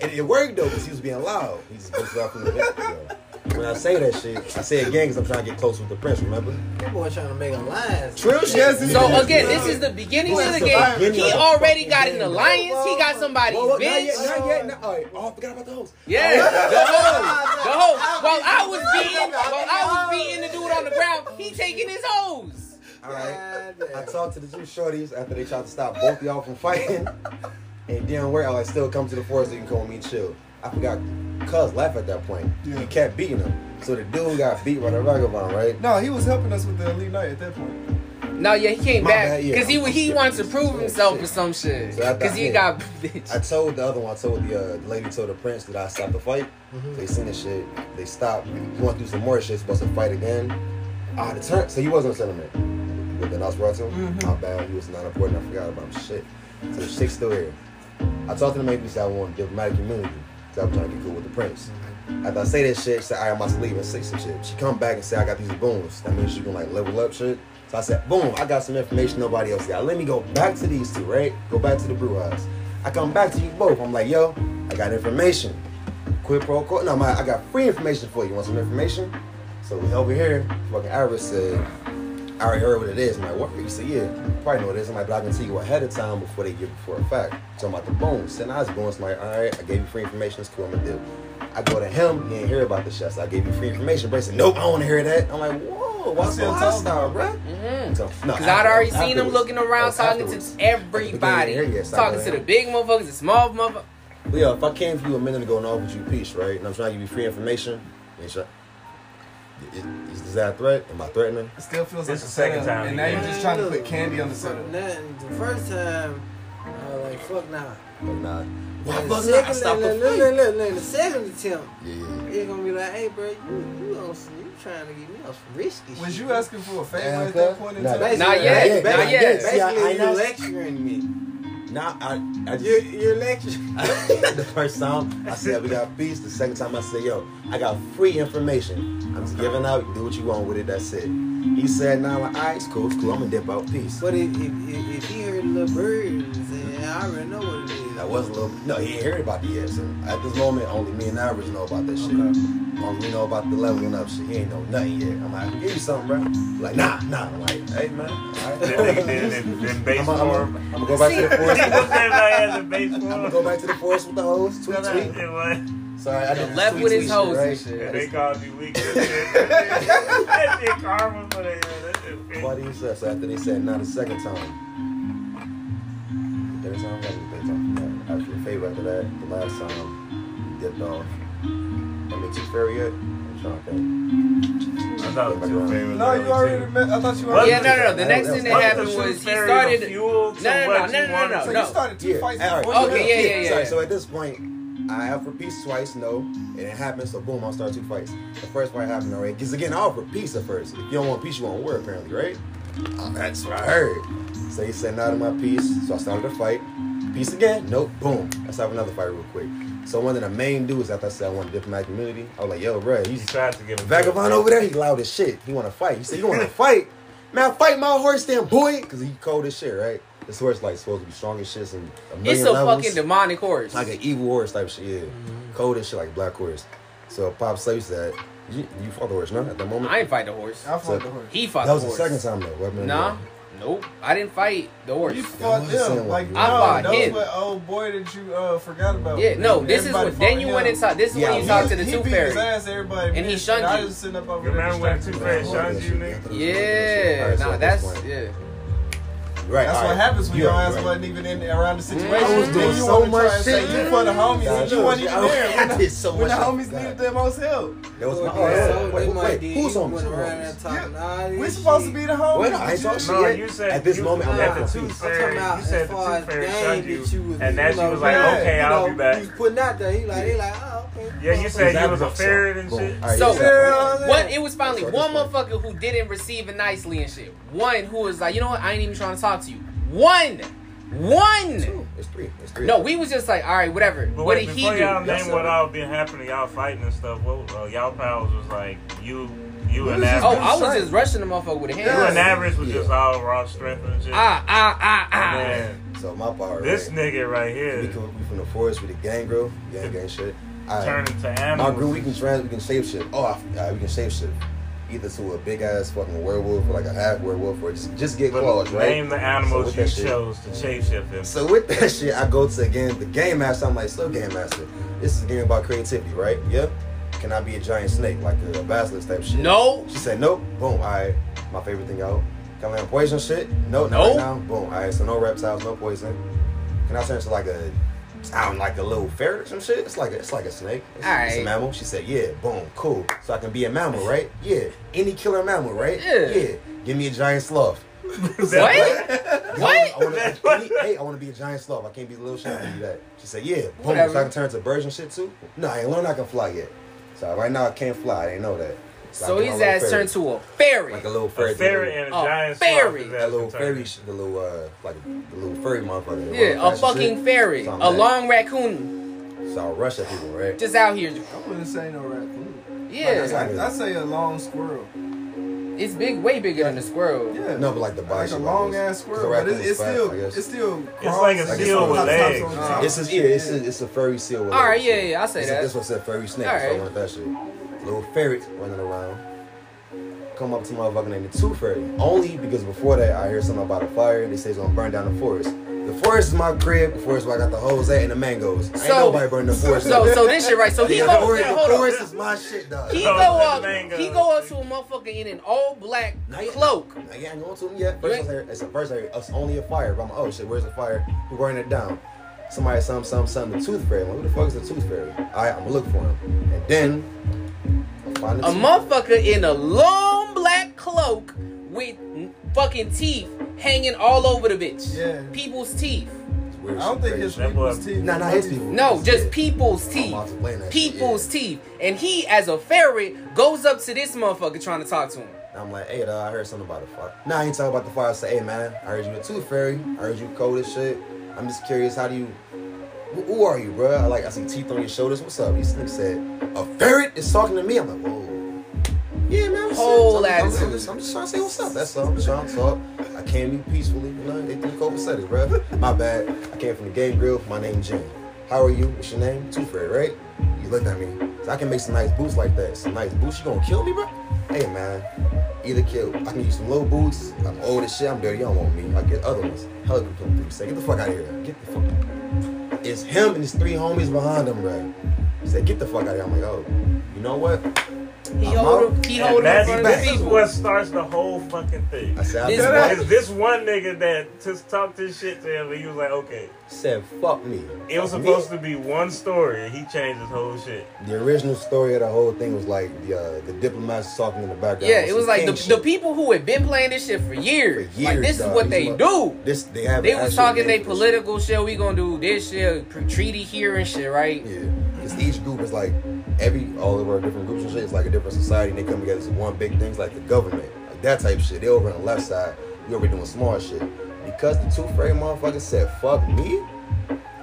A: And it worked though because he was being loud. He just pushed it out from the get go. When I say that shit, I say it again because I'm trying to get close with the prince. Remember?
F: That boy trying to make alliance.
A: Trill shit.
E: Yes, it
A: Yeah.
E: is.
B: So again, this is the beginning of the game. He already got an alliance. He got somebody's
A: Whoa, whoa, not yet,
B: bitch.
A: not yet. Not, oh, yeah. oh, I forgot about the host.
B: Yeah, the hoe, the hoe. While I was beating, while I was beating the dude on the ground, he taking his hoes.
A: All right. I talked to the two shorties after they tried to stop both of y'all from fighting. And then where I like still come to the forest so you can call me and chill. I forgot Cuz left at that point. He kept beating him. So the dude got beat by the vagabond, right?
E: No, he was helping us with the elite night at that point.
B: No, yeah, he came
A: My
B: back
A: bad, yeah.
B: because he he wants to prove himself or some shit.
A: So I thought-
B: Because he
A: yeah.
B: got
A: I
B: bitch.
A: told the other one, I told the uh, lady, told the prince that I stopped the fight. They seen the shit. They stopped. He went through some more shit, supposed to fight again. Ah, the turn. So he wasn't sending me. But then I was right to him. My bad. He was not important. I forgot about him. Shit. So the shit's still here. I talked to the lady, said I want diplomatic immunity. Cause I'm trying to get cool with the prince. After I say that shit, she said, all right, I must leave and say some shit. She come back and say, I got these boons. That means she can like level up shit. So I said, boom, I got some information nobody else got. Let me go back to these two, right? Go back to the brew house. I come back to you both. I'm like, yo, I got information. Quid pro quo. No, my, I got free information for you. Want some information? So we over here, fucking Iris said, I already heard what it is. I'm like, what? He said, yeah, you probably know what it is. I'm like, but I can tell you ahead of time before they give it for a fact. So I'm like, the bones. Send eyes bones. I'm like, all right, I gave you free information. It's cool. I'm going to do it. I go to him. He didn't hear about this shit. So I gave you free information. But he said, nope, I don't want to hear that. I'm like, whoa, why so
E: still
A: hostile,
E: talking.
A: bro?
B: Mhm.
A: So, no,
B: Cause I'd already seen him
A: afterwards.
B: looking around,
A: Oh,
B: talking
A: afterwards.
B: to everybody,
A: At the beginning of the year, yes, I
B: talking
A: know
B: to
A: that.
B: the big motherfuckers, the small motherfuckers.
A: But yeah, if I came to you a minute ago and offered you peace, right, and I'm trying to give you free information, and shit, is, is that a threat? Am I threatening?
E: It still feels
D: This
E: like a
D: is the second
E: setup,
D: time
E: And
D: he
E: now
D: did
E: you're
D: it.
E: just trying to put candy on the setup.
F: Nothing. The first time, I was like, fuck nah.
A: Or not?
F: And
A: Well,
F: the
A: fuck, I
F: second,
A: stopped
F: look,
A: the
F: look,
A: fight.
F: look, look, look, the second attempt,
A: Yeah, yeah.
F: it's gonna be like, hey, bro, you, you, on some, you trying to get me on some risky
E: Was
F: shit.
E: you asking for a favor
A: Yeah,
E: at that
A: okay.
E: point in
A: Nah,
E: time?
F: Basically-
B: Not yet,
F: basically-
B: not yet.
F: Basically,
A: See, I- I
F: you're
A: know-
F: lecturing me.
A: Nah, I, I
F: You're,
A: just,
F: you're lecturing.
A: the first time I said we got peace. The second time I said, yo, I got free information. I'm just giving out. Do what you want with it. That's it. He said, nah, I'm like, all right, it's cool, it's cool. I'm gonna dip out peace.
F: But if, if, if, if he heard Lil Bird and said, yeah, I already know what it is.
A: That was a little. No, he ain't heard about the yet. So at this moment, only me and Iris know about that shit. Only we know about the leveling up shit. He ain't know nothing yet. I'm like, I can give you something, bro. Like, nah, nah. I'm like, hey, man. All right.
D: Then they- then- then- then base
A: I'm gonna
D: form.
A: go back to the forest.
D: That's what
A: I'm
D: everybody has in base
A: gonna
D: form.
A: go back to the forest with the hoes. Tweet, tweet.
D: It was.
A: Sorry, I didn't
B: Left
A: tweet,
B: with his
A: tweet
B: hoes and
A: shit,
B: shit.
A: right?
D: They called me weak. That shit karma for that. That shit
A: Why
D: crazy.
A: do you say so? After they said not a second time. Third time, that was the third time. Yeah, After the favor after that, the last time, dipped off. I mean, too fair yet? I'm trying to think.
D: I thought it was your favorite.
E: No, you
D: little
E: already
D: too.
E: met. I thought you
D: Well,
E: already.
B: Yeah, no, no, no.
A: I
B: The
A: don't
B: next
A: know.
B: thing
A: What
B: that
A: the
B: happened
D: shoe
B: was he
D: fairy
B: started.
D: the fuel to
B: No, no, no,
D: what
B: no,
D: you
B: no,
D: wanted
B: no, Oh,
E: So
D: to-
E: you started two
A: Yeah,
E: fights
A: all right.
E: before
B: Okay,
E: you
B: yeah,
E: left.
B: yeah, yeah.
A: Sorry, so at this point, I have for peace twice, no. It didn't happen, so boom, I'll start two fights. The first fight happened already. Because again, I offered peace at first. If you don't want peace, you want war, apparently, right? Uh, That's what I heard. So he said, not in my peace. So I started a fight. Peace again? Nope. Boom. Let's have another fight real quick. So one of the main dudes, after I said I want a diplomatic community, I was like, yo, bruh,
D: He
A: he's
D: tried to give him.
A: Vagabond over there, he loud as shit. He want to fight. He said, "You want to fight? Man, fight my horse, then boy." Because he cold as shit, right? This horse like supposed to be strong as shit and a million
B: It's a
A: levels.
B: fucking Mm-hmm. demonic horse.
A: like an evil horse type shit. Yeah, cold as shit, like black horse. So Pop Slave said, "You, you fought the horse, no? At the moment,
B: I ain't fight the horse.
E: I fought the
A: So-
E: horse.
B: He fought
A: that was
B: the
A: the
B: horse.
A: second time though. Weapon of
B: Nah,
A: War.
B: nope. I didn't fight the horse.
E: You fought
A: That was the
E: them.
A: same
E: Like,
A: one.
E: no,
A: I
B: fought
E: that
B: him.
E: was what old boy that you uh, forgot about.
B: Yeah, no. This is
E: Everybody
B: what. Then
E: fought
B: you
E: him.
B: went and talk. This is
A: Yeah,
B: when you
A: he-
B: talked to the
E: he
B: two
E: beat
B: fairy.
E: His ass, everybody,
B: And he
E: bitch,
B: shunned
E: I
B: you.
E: was sitting up over there.
D: Remember when
E: distracted.
D: Two Fairy shunned you, nigga?
B: Yeah, nah, that's yeah.
A: right.
E: That's
A: all
E: what
A: right.
E: happens when
A: You
E: your
A: right,
E: ass
A: right.
E: wasn't even in around the situation.
B: I was
E: Then
A: doing
E: you
A: so
E: wanna try
A: much
E: and say
A: shit.
E: You for the homies,
A: Nah,
E: and you wasn't even
A: I was-
E: there.
A: I did so
E: When the
A: much.
E: homies needed the most help.
A: That was my.
F: Oh,
A: Oh,
F: yeah.
A: wait,
F: They
A: wait,
F: might
A: wait,
F: did.
A: who's
F: You
A: on?
F: went around
A: Who's
F: and talking all
E: We're
F: this
E: supposed to
F: shit.
E: be the homies.
A: Wait, I ain't talking shit.
D: No, you said
A: At this
D: you,
A: moment, I'm
D: at
A: not
D: the two
A: confused.
D: fairy,
F: I'm talking about
D: you said
F: as far
D: the two
F: as
D: fairy
F: game
D: shunned you,
F: that you was,
D: and
F: you
D: that she
F: know,
D: was like,
E: yeah,
D: okay,
F: you
D: I'll
F: know,
D: be back.
F: He was putting out there. He like, he like, oh, okay.
D: Yeah, you
F: motherfucker.
D: said you was a ferret and shit.
B: So-
F: Yeah.
B: What it was finally
A: So this
B: one
A: one.
B: motherfucker who didn't receive it nicely and shit. One who was like, you know what, I ain't even trying to talk to you. One One.
A: It's three. It's three.
B: No, we was just like, all right, whatever.
D: But
B: what
D: wait,
B: did he
D: before
B: do?
D: y'all name
A: said
D: what
A: it.
D: all been happening, y'all fighting and stuff. What uh, y'all pals was like? You, you
E: We
D: and
E: was just
B: Oh,
D: average.
B: I was just rushing the motherfucker with a
D: you and
B: hand.
D: average was just all raw strength and shit.
B: Ah, ah, ah,
D: And
B: ah.
D: then
A: So my part.
D: this
A: right,
D: nigga right
A: we,
D: here
A: come, we from the forest with the gang girl, gang gang shit. I,
D: turned into
A: My
D: animals.
A: group, we can trans, we can shape shift. Oh, I, I, we can shape shift. Either to a big ass fucking werewolf or like a half werewolf or just just get claws, right?
D: Name the animals
A: with
D: you
A: that shit-
D: chose to chase shift in.
A: So with that shit, I go to the game, the game master. I'm like, so game master, this is a game about creativity, right? Yep. Can I be a giant snake like a basilisk type shit?
B: No.
A: She said nope. Boom. All right. My favorite thing out. Can I land poison shit? No.
B: No.
A: No. Right now? Boom. All right. So no reptiles, no poison. Can I turn into like a, I don't like a little ferret or some shit? It's like a, it's like a snake. It's,
B: All
A: it's a
B: right.
A: mammal. She said yeah. Boom. Cool. So I can be a mammal, right? Yeah. Any killer mammal, right?
B: Yeah.
A: Yeah. Give me a giant sloth.
B: What?
A: I
B: What?
A: wanna, I wanna- hey, I want to be a giant sloth. I can't be a little shit. I can do that. She said, yeah. Boom.
B: Whatever.
A: So I can turn to birds and shit too. No, I ain't learned I can fly yet. So right now I can't fly. I didn't know that.
B: So
A: I get my
B: his
A: little
B: ass
A: ferret.
B: turned to a
A: like
B: ferret.
A: a little
D: A
A: fairy.
D: ferret and a
B: A
D: giant
B: ferret.
D: sloth is
A: that little
D: actually
A: fairy,
D: turning.
A: sh- the little uh, like the little furry motherfucker. that
B: Yeah,
A: run
B: a
A: fast and
B: fucking
A: shit.
B: ferret.
A: So I'm
B: A
A: like-
B: long raccoon.
A: So I'll rush at people, right?
B: Just out here.
E: I wouldn't say no raccoon.
A: that's
B: Yeah.
A: like-
E: I say a long squirrel.
B: It's big, way bigger than a squirrel.
E: Yeah.
A: no, but like the body
E: Like a
A: shape,
E: long
A: guess.
E: ass
A: 'Cause
E: squirrel,
A: a
E: but it's,
A: raccoon's
E: it's
A: fat,
E: still
A: I guess.
E: it's still
D: like a
E: crossed.
A: seal
E: Like,
A: with
E: top-
A: legs.
E: tops on
D: Nah.
E: top.
A: It's a, yeah, it's a, it's a furry seal. with
B: Uh, All right,
A: legs, shit.
B: yeah, yeah, I say
A: It's
B: that.
A: A, that's what said furry snake.
B: All
A: so
B: right.
A: I want that shit. Little ferret running around. Come up to motherfucker named the Two Fairy. Only because before that, I hear something about a fire. They say it's gonna burn down the forest. The forest is my crib. The forest is where I got the hoes at and the mangoes. Ain't
B: So-
A: nobody burning the forest.
B: So,
A: down.
B: so this shit right. So he
A: yeah,
B: go.
A: the forest,
B: yeah,
A: the
B: hold
A: forest
B: on.
A: is my shit, dog.
B: He
A: Nah,
B: go
D: Oh,
B: up.
D: mango.
B: He go up to a motherfucker in an all black
A: yeah.
B: cloak.
A: Nah, yeah, I ain't going to them yet. First, I heard- it's a first. I heard, It's only a fire. But I'm like, oh shit, where's the fire? We burning it down. Somebody, some, some, some. The tooth fairy. I'm like, who the fuck is the tooth fairy? All right, I'm gonna look for him. And then I find the
B: A
A: tooth
B: motherfucker in a long black cloak with fucking teeth hanging all over the bitch.
E: Yeah.
B: People's teeth.
A: Weird
E: I don't
A: shit,
E: think
A: crazy
E: his
A: shit.
D: That boy-
E: people's teeth.
A: Nah, nah, his people.
B: No, just
A: Yeah.
B: people's
A: I'm
B: teeth.
A: about to blame that shit,
B: People's teeth. And he, as a ferret, goes up to this motherfucker trying to talk to him.
A: And I'm like, hey, dog, I heard something about the fire. Nah, I ain't talking about the fire. I say, hey, man, I heard you a tooth fairy. I heard you cold as shit. I'm just curious, how do you. Who, who are you, bro? I like, I see teeth on your shoulders. What's up? These niggas said, a ferret is talking to me. I'm like, whoa. Yeah, man. What's up?
B: Whole
A: I'm,
B: attitude.
A: I'm, just, I'm just trying to say what's up. That's all. I'm just trying to talk. I came in peacefully. You know, they think over said it, bro. My bad. I came from the game grill. My name Jim. How are you? What's your name? Tooth fairy, right? You looked at me. So I can make some nice boots like that. Some nice boots. You gonna kill me, bro? Hey, man either kill. I can use some little boots. I'm old as shit. I'm dirty. Y'all want me? I get other ones. Hell, can come through. Say, get the fuck out of here. Get the fuck. It's him and his three homies behind him, bro. He said, get the fuck out of here. I'm like, oh, you know what?
B: He
A: I'm
B: hold
A: out.
B: him. He
D: And
B: hold him in
D: that's-
B: front of
D: This
B: the
D: is
B: people.
D: what starts the whole fucking thing.
A: I said, I
B: This
A: bet
B: man-
A: I
D: It's this one nigga that just talked this shit to him, and he was like, "Okay."
A: said, fuck me.
D: It was supposed to be one story, and he changed his whole shit.
A: The original story of the whole thing was like the uh, the diplomats talking in the background.
B: Yeah, it was
A: some
B: like the,
A: king
B: the
A: shit.
B: people who had been playing this shit for years.
A: For
B: like
A: years,
B: this is
A: dog.
B: what
A: These
B: they
A: mother-
B: do.
A: This they have.
B: They
A: an
B: was
A: actual
B: talking they
A: name for this shit.
B: political shit. We gonna do this shit, pre- treaty here and shit, right?
A: Yeah, because each group is like every all of our different groups and shit. It's like a different society, and they come together as one big thing, It's like the government, like that type of shit. They over on the left side, we over doing small shit. Because the two frame motherfuckers said "fuck me,"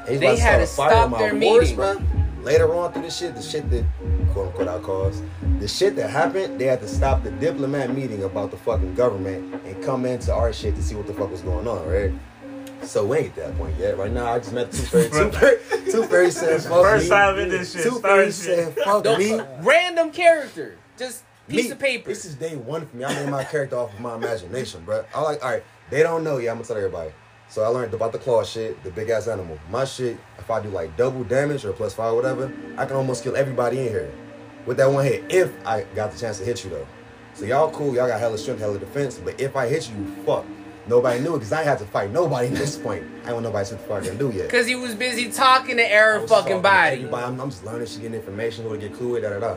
A: they,
B: They
A: about start a
B: had to
A: fire
B: stop
A: in my
B: their
A: horse,
B: meeting.
A: bruh. Later on through the shit, the shit that quote unquote I caused, the shit that happened, they had to stop the diplomat meeting about the fucking government and come into our shit to see what the fuck was going on, right? So we ain't that point yet. Right now, I just met two fairy. Two fairy, two fairy said, "Fuck
D: First
A: me."
D: time in this shit,
A: Two
D: start
A: fairy
D: shit.
A: said, "Fuck
B: The
A: me."
B: random character, just piece
A: Me.
B: of paper.
A: This is day one for me. I made my character off of my imagination, bro. I like, all right, they don't know. Yeah, I'm gonna tell everybody. So I learned about the claw shit, the big ass animal. My shit, if I do like double damage or plus five, whatever, I can almost kill everybody in here with that one hit. If I got the chance to hit you though. So y'all cool, y'all got hella strength, hella defense. But if I hit you, fuck. Nobody knew it because I had to fight nobody at this point. I don't know nobody said the fuck I can do yet.
B: Cause he was busy talking to Aaron
A: was
B: fucking
A: talking to
B: body.
A: everybody. I'm, I'm just learning shit, getting information, who to get cool with, da da da.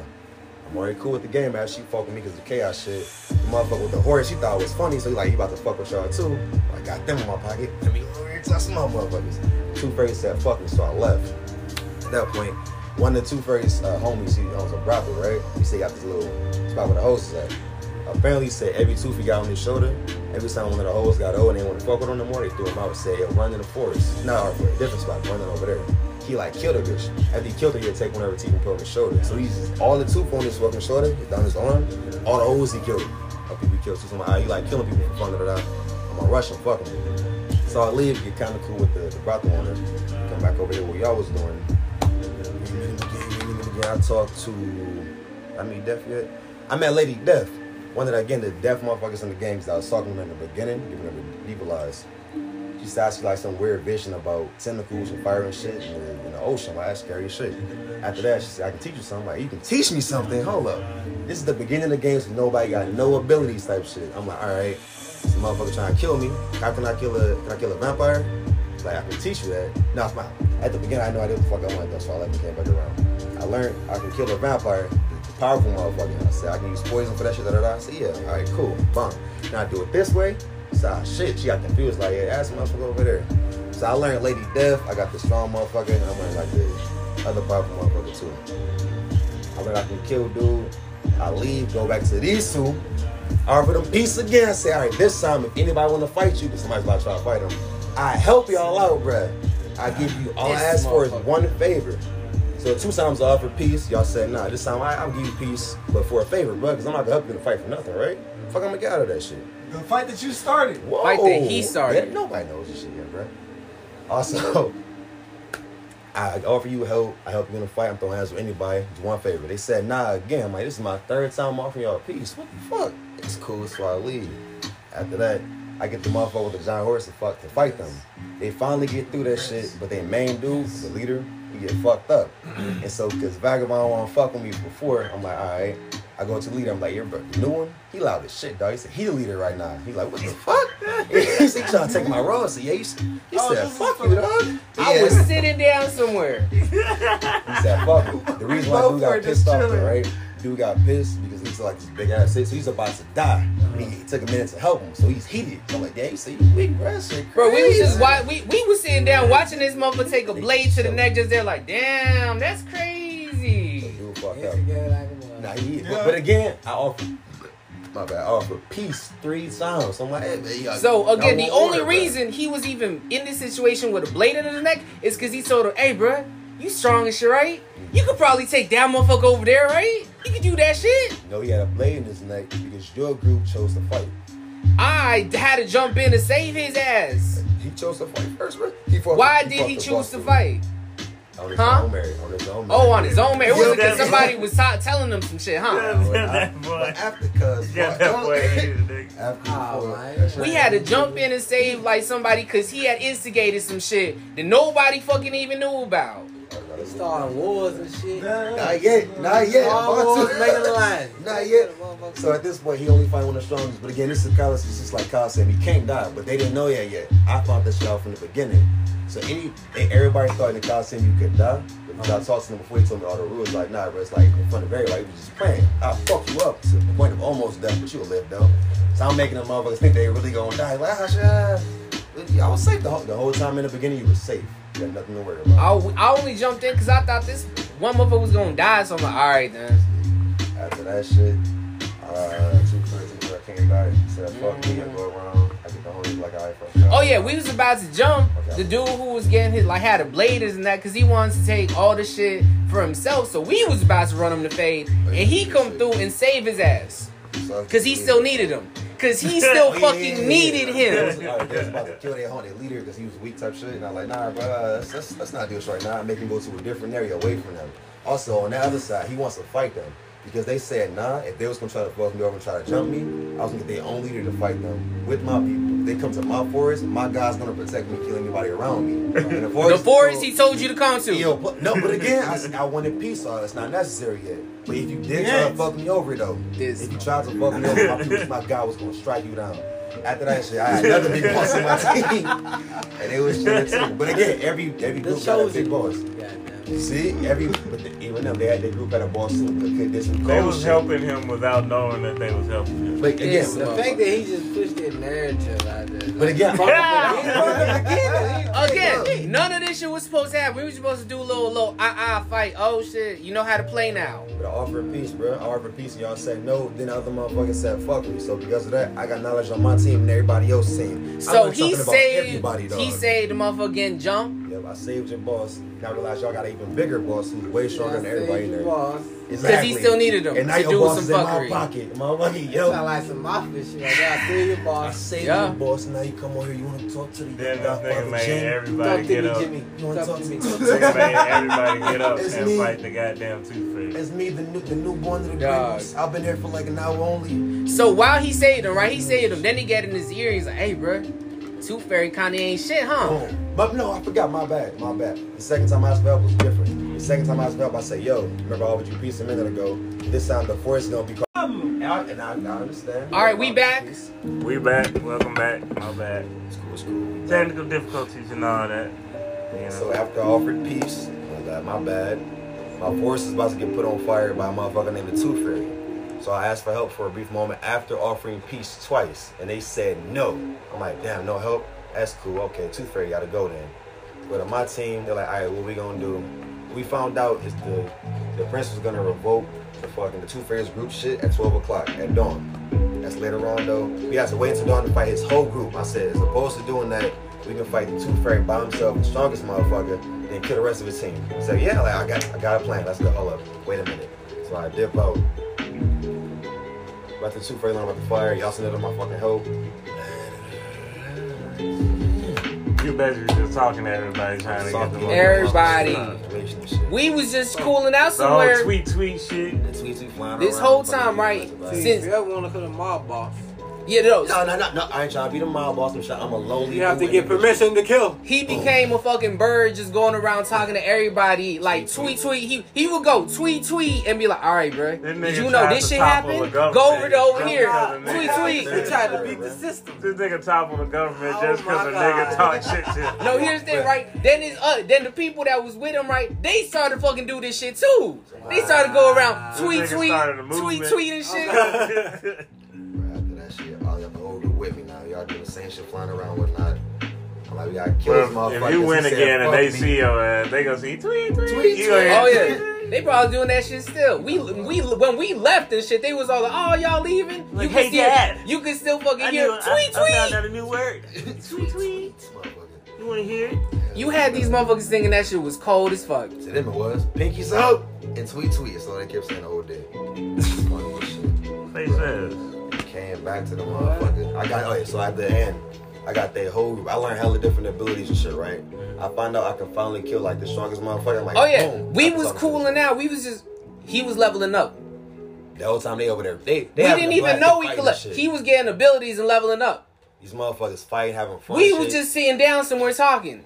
A: I'm already cool with the game, man. She fuck with me because the chaos shit. The motherfucker with the horse, she thought it was funny, so he like, he about to fuck with y'all too. I got them in my pocket. Let me over here and touch some other motherfuckers. Two Fairy said, fuck me, so I left. At that point, one of the Two Fairy's uh, homies, he owns a brothel, right? He said, he got this little spot where the host is at. Apparently, he said every tooth he got on his shoulder, every time one of the hoes got old and they want to fuck with him no more, they threw him out and said, Yo, run in the forest. Nah, or a different spot, running over there. He like killed a bitch. After he killed her, he'd take one of her teeth and put it on his shoulder. So he's all the tooth on his fucking shoulder, it's down his arm, all the hoes he killed. How people he killed tooth on my eye. He like killing people in front of it. I'm gonna rush him, fuck him. So I leave, get kind of cool with the, the brothel owner, come back over here, what y'all was doing. We meet him again, we meet him again. I talked to, I mean, Death yet? I met Lady Death. One of the, again, the deaf motherfuckers in the games that I was talking about in the beginning, giving them evil eyes. She said she like some weird vision about tentacles and fire and shit in the, in the ocean. Like, that's scary as shit. After that, she said, I can teach you something. I'm like, you can teach me something? Hold up. This is the beginning of the games so nobody got no abilities type shit. I'm like, all right, this motherfucker trying to kill me. How can I kill a, can I kill a vampire? She's like, I can teach you that. No, it's my, at the beginning, I had no idea what the fuck I wanted, though, so I let me came back around. I learned I can kill a vampire powerful motherfucker. I said, I can use poison for that shit. Da, da, da. I said, yeah, all right, cool, bomb. Now I do it this way. So ah, shit, she got confused. Like, yeah, that's motherfucker over there. So I learned Lady Death. I got the strong motherfucker, and I learned like the other powerful motherfucker too. I learned I can kill dude. I leave, go back to these two. I offer them peace again. I say, all right, this time if anybody want to fight you, because somebody's about to try to fight them, I help y'all out, bruh. I give you all I ask for is one favor. So two times I offered peace, y'all said nah. This time I, I'll give you peace, but for a favor, bro, because I'm not gonna help you in a fight for nothing, right? Fuck, I'm gonna get out of that shit.
E: The fight that you started.
A: Whoa,
B: Fight that he started.
A: Yeah, nobody knows this shit yet, bro. Also, I offer you help. I help you in a fight. I'm throwing hands with anybody. Do one favor. They said nah again. I'm like, this is my third time offering y'all peace. What the fuck? It's cool, so I leave. After that, I get the motherfucker with the giant horse to fuck to fight them. They finally get through that shit, but they main dude, the leader, he get fucked up. And so, cause Vagabond wanna fuck with me before, I'm like, all right. I go to the leader, I'm like, your bro, the new one, he loud as shit, dog. He said, he the leader right now. He like, what the fuck? he said, trying to take my role. I said, yeah, he, s- he
E: Oh,
A: said,
E: this is
A: fuck
E: for-
A: you, dog.
B: I was
A: Yeah.
B: sitting down somewhere.
A: He said, fuck it. The reason why
E: Low
A: dude
E: for
A: got
E: it,
A: pissed
E: just
A: off,
E: chilling.
A: though, right? Dude got pissed because he's like this big ass shit, so he's about to die. And he, he took a minute to help him, so he's heated. So I'm like, damn, you see, you weak, bro. That shit
B: Bro, we was
A: crazy.
B: just wa- we we was sitting down watching this motherfucker take a blade to the neck just there like, damn, that's crazy.
A: Dude fucked
F: It's
A: up.
F: a good idea.
A: Nah, he, but, but again, I offered, my bad, I offered peace three times. So I'm like, hey, man, y'all-
B: So
A: y'all
B: again, the
A: want
B: only
A: order, bro.
B: reason he was even in this situation with a blade in his neck is because he told him, "Hey, bruh, you strong as shit, right? You could probably take that motherfucker over there, right? You could do that shit."
A: No, he had a blade in his neck because your group chose to fight.
B: I had to jump in to save his ass.
A: He chose to fight first, bro. He fought,
B: Why
A: he
B: did
A: fought
B: he
A: the
B: choose
A: boss
B: to
A: dude.
B: fight?
A: On his
B: Huh?
A: own merit. On his own merit.
B: Oh, on his own man. It wasn't because
D: Yeah,
B: somebody was t- telling him some shit, huh?
D: that boy.
A: But after, cuz.
D: Yeah,
A: fuck,
D: that boy.
A: After
D: nigga.
F: Oh,
A: fuck,
F: man.
A: that shit-
B: Ah, We had to jump in and save like somebody because he had instigated some shit that nobody fucking even knew about.
F: They starting wars and shit.
A: Not yet. Not yet.
F: All
A: About
F: wars
A: to-
F: making a line.
A: Not yet. So at this point, he only fight one of the strongest. But again, this is Kyle. It's just like Kyle said, he can't die. But they didn't know that yet. I found this shit out from the beginning. So any and everybody thought in the Coliseum you could die. But I talked to him before he told me all the rules. Like, nah, bro, it's like in front of everybody. We just playing. I'll fuck you up to the point of almost death, but you'll live though. So I'm making them motherfuckers think they really gonna die. Like, ah, shit. I was safe the whole, the whole time in the beginning. You was safe. You had nothing to worry about.
B: I, I only jumped in because I thought this one motherfucker was gonna die, so I'm like, all right then.
A: After that shit, uh, two friends where I came back, said fuck me and go around. I get the homies like I fuck y'all.
B: Mm. Oh yeah, we was about to jump. The dude who was getting his like had a blade and that because he wanted to take all the shit for himself. So we was about to run him to fade, and he come through and save his ass
A: So-
B: because he still needed him. Cause he still
A: Yeah, yeah, yeah.
B: fucking needed
A: They was,
B: him.
A: like, they was about to kill their home, their leader, because he was weak type shit. And I'm like, nah, bro, let's, let's, let's not do this right now. make him go to a different area away from them. Also, on the other side, he wants to fight them because they said, nah, if they was gonna try to fuck me over and try to jump me, I was gonna get their own leader to fight them with my people. If they come to my forest, my God's gonna protect me, kill anybody around me. In
B: The forest he told you to come to.
A: Yo, but, no, but again, I, s- I wanted peace, so that's not necessary yet. But if you did try to
E: Yes.
A: fuck me over, though,
B: This-
A: if you tried to fuck me over, my, people- my guy was gonna strike you down. After that shit, I had another big boss in my team, and it was shit too. But again, every
F: The
A: every group got a
F: shows
A: big boss.
F: Goddamn.
A: See, every but the, it Steve and them, they had their group at a bar scene. They did some
D: They
A: cold
D: was
A: Oh, shit.
D: helping him without knowing that they was helping him.
A: But again,
B: This
A: the
F: The
B: motherfucker.
A: fact-
F: fact that he just pushed that narrative out there.
A: but again,
B: Again, none of this shit was supposed to happen. We were supposed to do a little, little ah ah fight. Oh shit, you know how to play now.
A: But I offered peace, bro. I offered peace, and y'all said no. Then the other motherfucker said fuck me. So because of that, I got knowledge on my team and everybody else's team. I
B: So
A: learned
B: he
A: something about
B: saved,
A: everybody, dog.
B: he saved the motherfucker getting jumped.
A: Yep, I saved your boss. Now I realize y'all got an even bigger boss who's way stronger than everybody in there.
F: Boss.
A: Exactly.
B: still needed him
A: And now
B: to
A: your
B: do
A: boss
B: some
A: is in
B: fuckery.
A: my pocket. Motherfucker, yo.
F: Sound like some mafia shit. right there. I see your
A: I
F: boss.
A: saved
B: Yeah.
A: your boss, and now you come on here. You want to talk to the
D: Then
A: young
D: this nigga
A: godfather,
D: made
A: Jim?
D: everybody
F: Talk to
D: get
F: me,
D: up.
F: Jimmy.
A: You want to talk to me?
D: Nigga made everybody get up
A: It's
D: and
A: me.
D: fight the goddamn Two Face.
A: It's me, the new, the newborn to the
B: Dog.
A: greatness. I've been here for like an hour only.
B: So while he saved him, right, he saved him. Then he got in his ear. He's like, "Hey, bro, Tooth Fairy kind of ain't shit,
D: Oh.
B: huh?"
A: Boom. But no, I forgot. My bad. My bad. The second time I spelled was different. The second time I spelled, I said, "Yo, remember I offered you peace a minute ago. This time the force is gonna be." Called. And, I, and I, I understand.
B: All right, we back.
A: It's
D: We back. Welcome back. My bad.
A: cool. It's cool.
D: Technical difficulties and all that. You
A: So
D: know.
A: after I offered peace, I was like, my bad. My force is about to get put on fire by a motherfucker named the Tooth Fairy. So I asked for help for a brief moment after offering peace twice, and they said no. I'm like, damn, no help? That's cool. Okay, Tooth Fairy gotta go then. But on my team, they're like, all right, what we gonna do? We found out is the the prince was gonna revoke the fucking the Tooth Fairy's group shit at 12 o'clock at dawn. That's later on though. We had to wait until Dawn to fight his whole group. I said, as opposed to doing that, we can fight the two fairy by himself, the strongest motherfucker, then kill the rest of his team. So yeah, like I got I got a plan. Let's go. Hold up. Wait a minute. So I dip out. About the two fairy learn about the fire. Y'all send it on my fucking help.
D: You basically just talking to everybody trying to get the
A: Soft-
B: Everybody.
A: Information and shit.
B: We was just cooling out
D: The whole
B: somewhere.
D: Oh, tweet tweet shit.
A: The tweets we flying
B: This
A: around,
B: whole
A: fucking
B: time, right,
A: everybody.
B: since
C: If you ever want to cut a mob boss,
B: yeah, no,
D: Oh.
A: No, no, no, no. I ain't trying to be the mob boss. I'm, trying, I'm a lonely.
C: you have to
A: dude.
C: get permission to kill.
B: He became a fucking bird just going around talking to everybody. Like tweet tweet. He he would go tweet tweet and be like, all right, bro.
D: That
B: Did
D: nigga
B: you know
D: tried
B: this
D: to
B: shit
D: topple
B: happened?
D: the government.
B: Go over to over here.
C: Nah,
D: Tweet,
B: Tweet
C: nah,
B: tweet.
C: They tried to beat the system.
D: This nigga topple the government
C: Oh
D: just because a
C: my God.
D: nigga talk shit to
B: No, here's the thing, right? Then his uh, then the people that was with him, right? They started fucking do this shit too. They started to go around
D: This
B: tweet
D: nigga
B: tweet,
D: started a
B: tweet
D: movement.
B: tweet and shit.
D: him.
A: Bro, After that shit, all y'all the whole group with me now. Y'all doing the same shit flying around with not. I'm like, we gotta kill this
D: Bro,
A: motherfucker.
D: if you
A: 'cause
D: win
A: he said,
D: again and
A: "Fuck
D: they
A: me."
D: see your ass, they gonna see tweet tweet.
A: Tweet,
D: you gonna hear
B: Oh
D: tweet, tweet.
B: yeah, they probably doing that shit still. We we when we left and shit, they was all like, "Oh, y'all leaving?
D: Like,
B: could
D: hey,
B: still,
D: Dad.
B: you could still fucking
D: I
B: hear
D: knew- I-
B: tweet
D: I
B: tweet."
D: found out a new word. tweet tweet.
A: This motherfucker.
D: You wanna hear it?
B: You had these motherfuckers thinking that shit was cold as fuck.
A: To them it was pinkies up and tweet tweet. So they kept saying "Oh, the whole day. Funny as shit.
D: Face ass.
A: Came back to the motherfucker. I got. Oh yeah. So at the end, I got that whole group. I learned hella different abilities and shit. Right. I found out I could finally kill like the strongest motherfucker. I'm like,
B: Oh yeah,
A: boom.
B: we
A: I
B: was
A: talked to
B: cooling out. We was just he was leveling up.
A: The whole time they over there, they, they
B: We
A: having
B: didn't
A: a
B: even
A: blast,
B: know
A: they
B: we
A: fighting
B: could.
A: and
B: Le-
A: shit.
B: he was getting abilities and leveling up.
A: These motherfuckers fight, having fun.
B: We
A: and
B: was
A: shit.
B: just sitting down somewhere talking.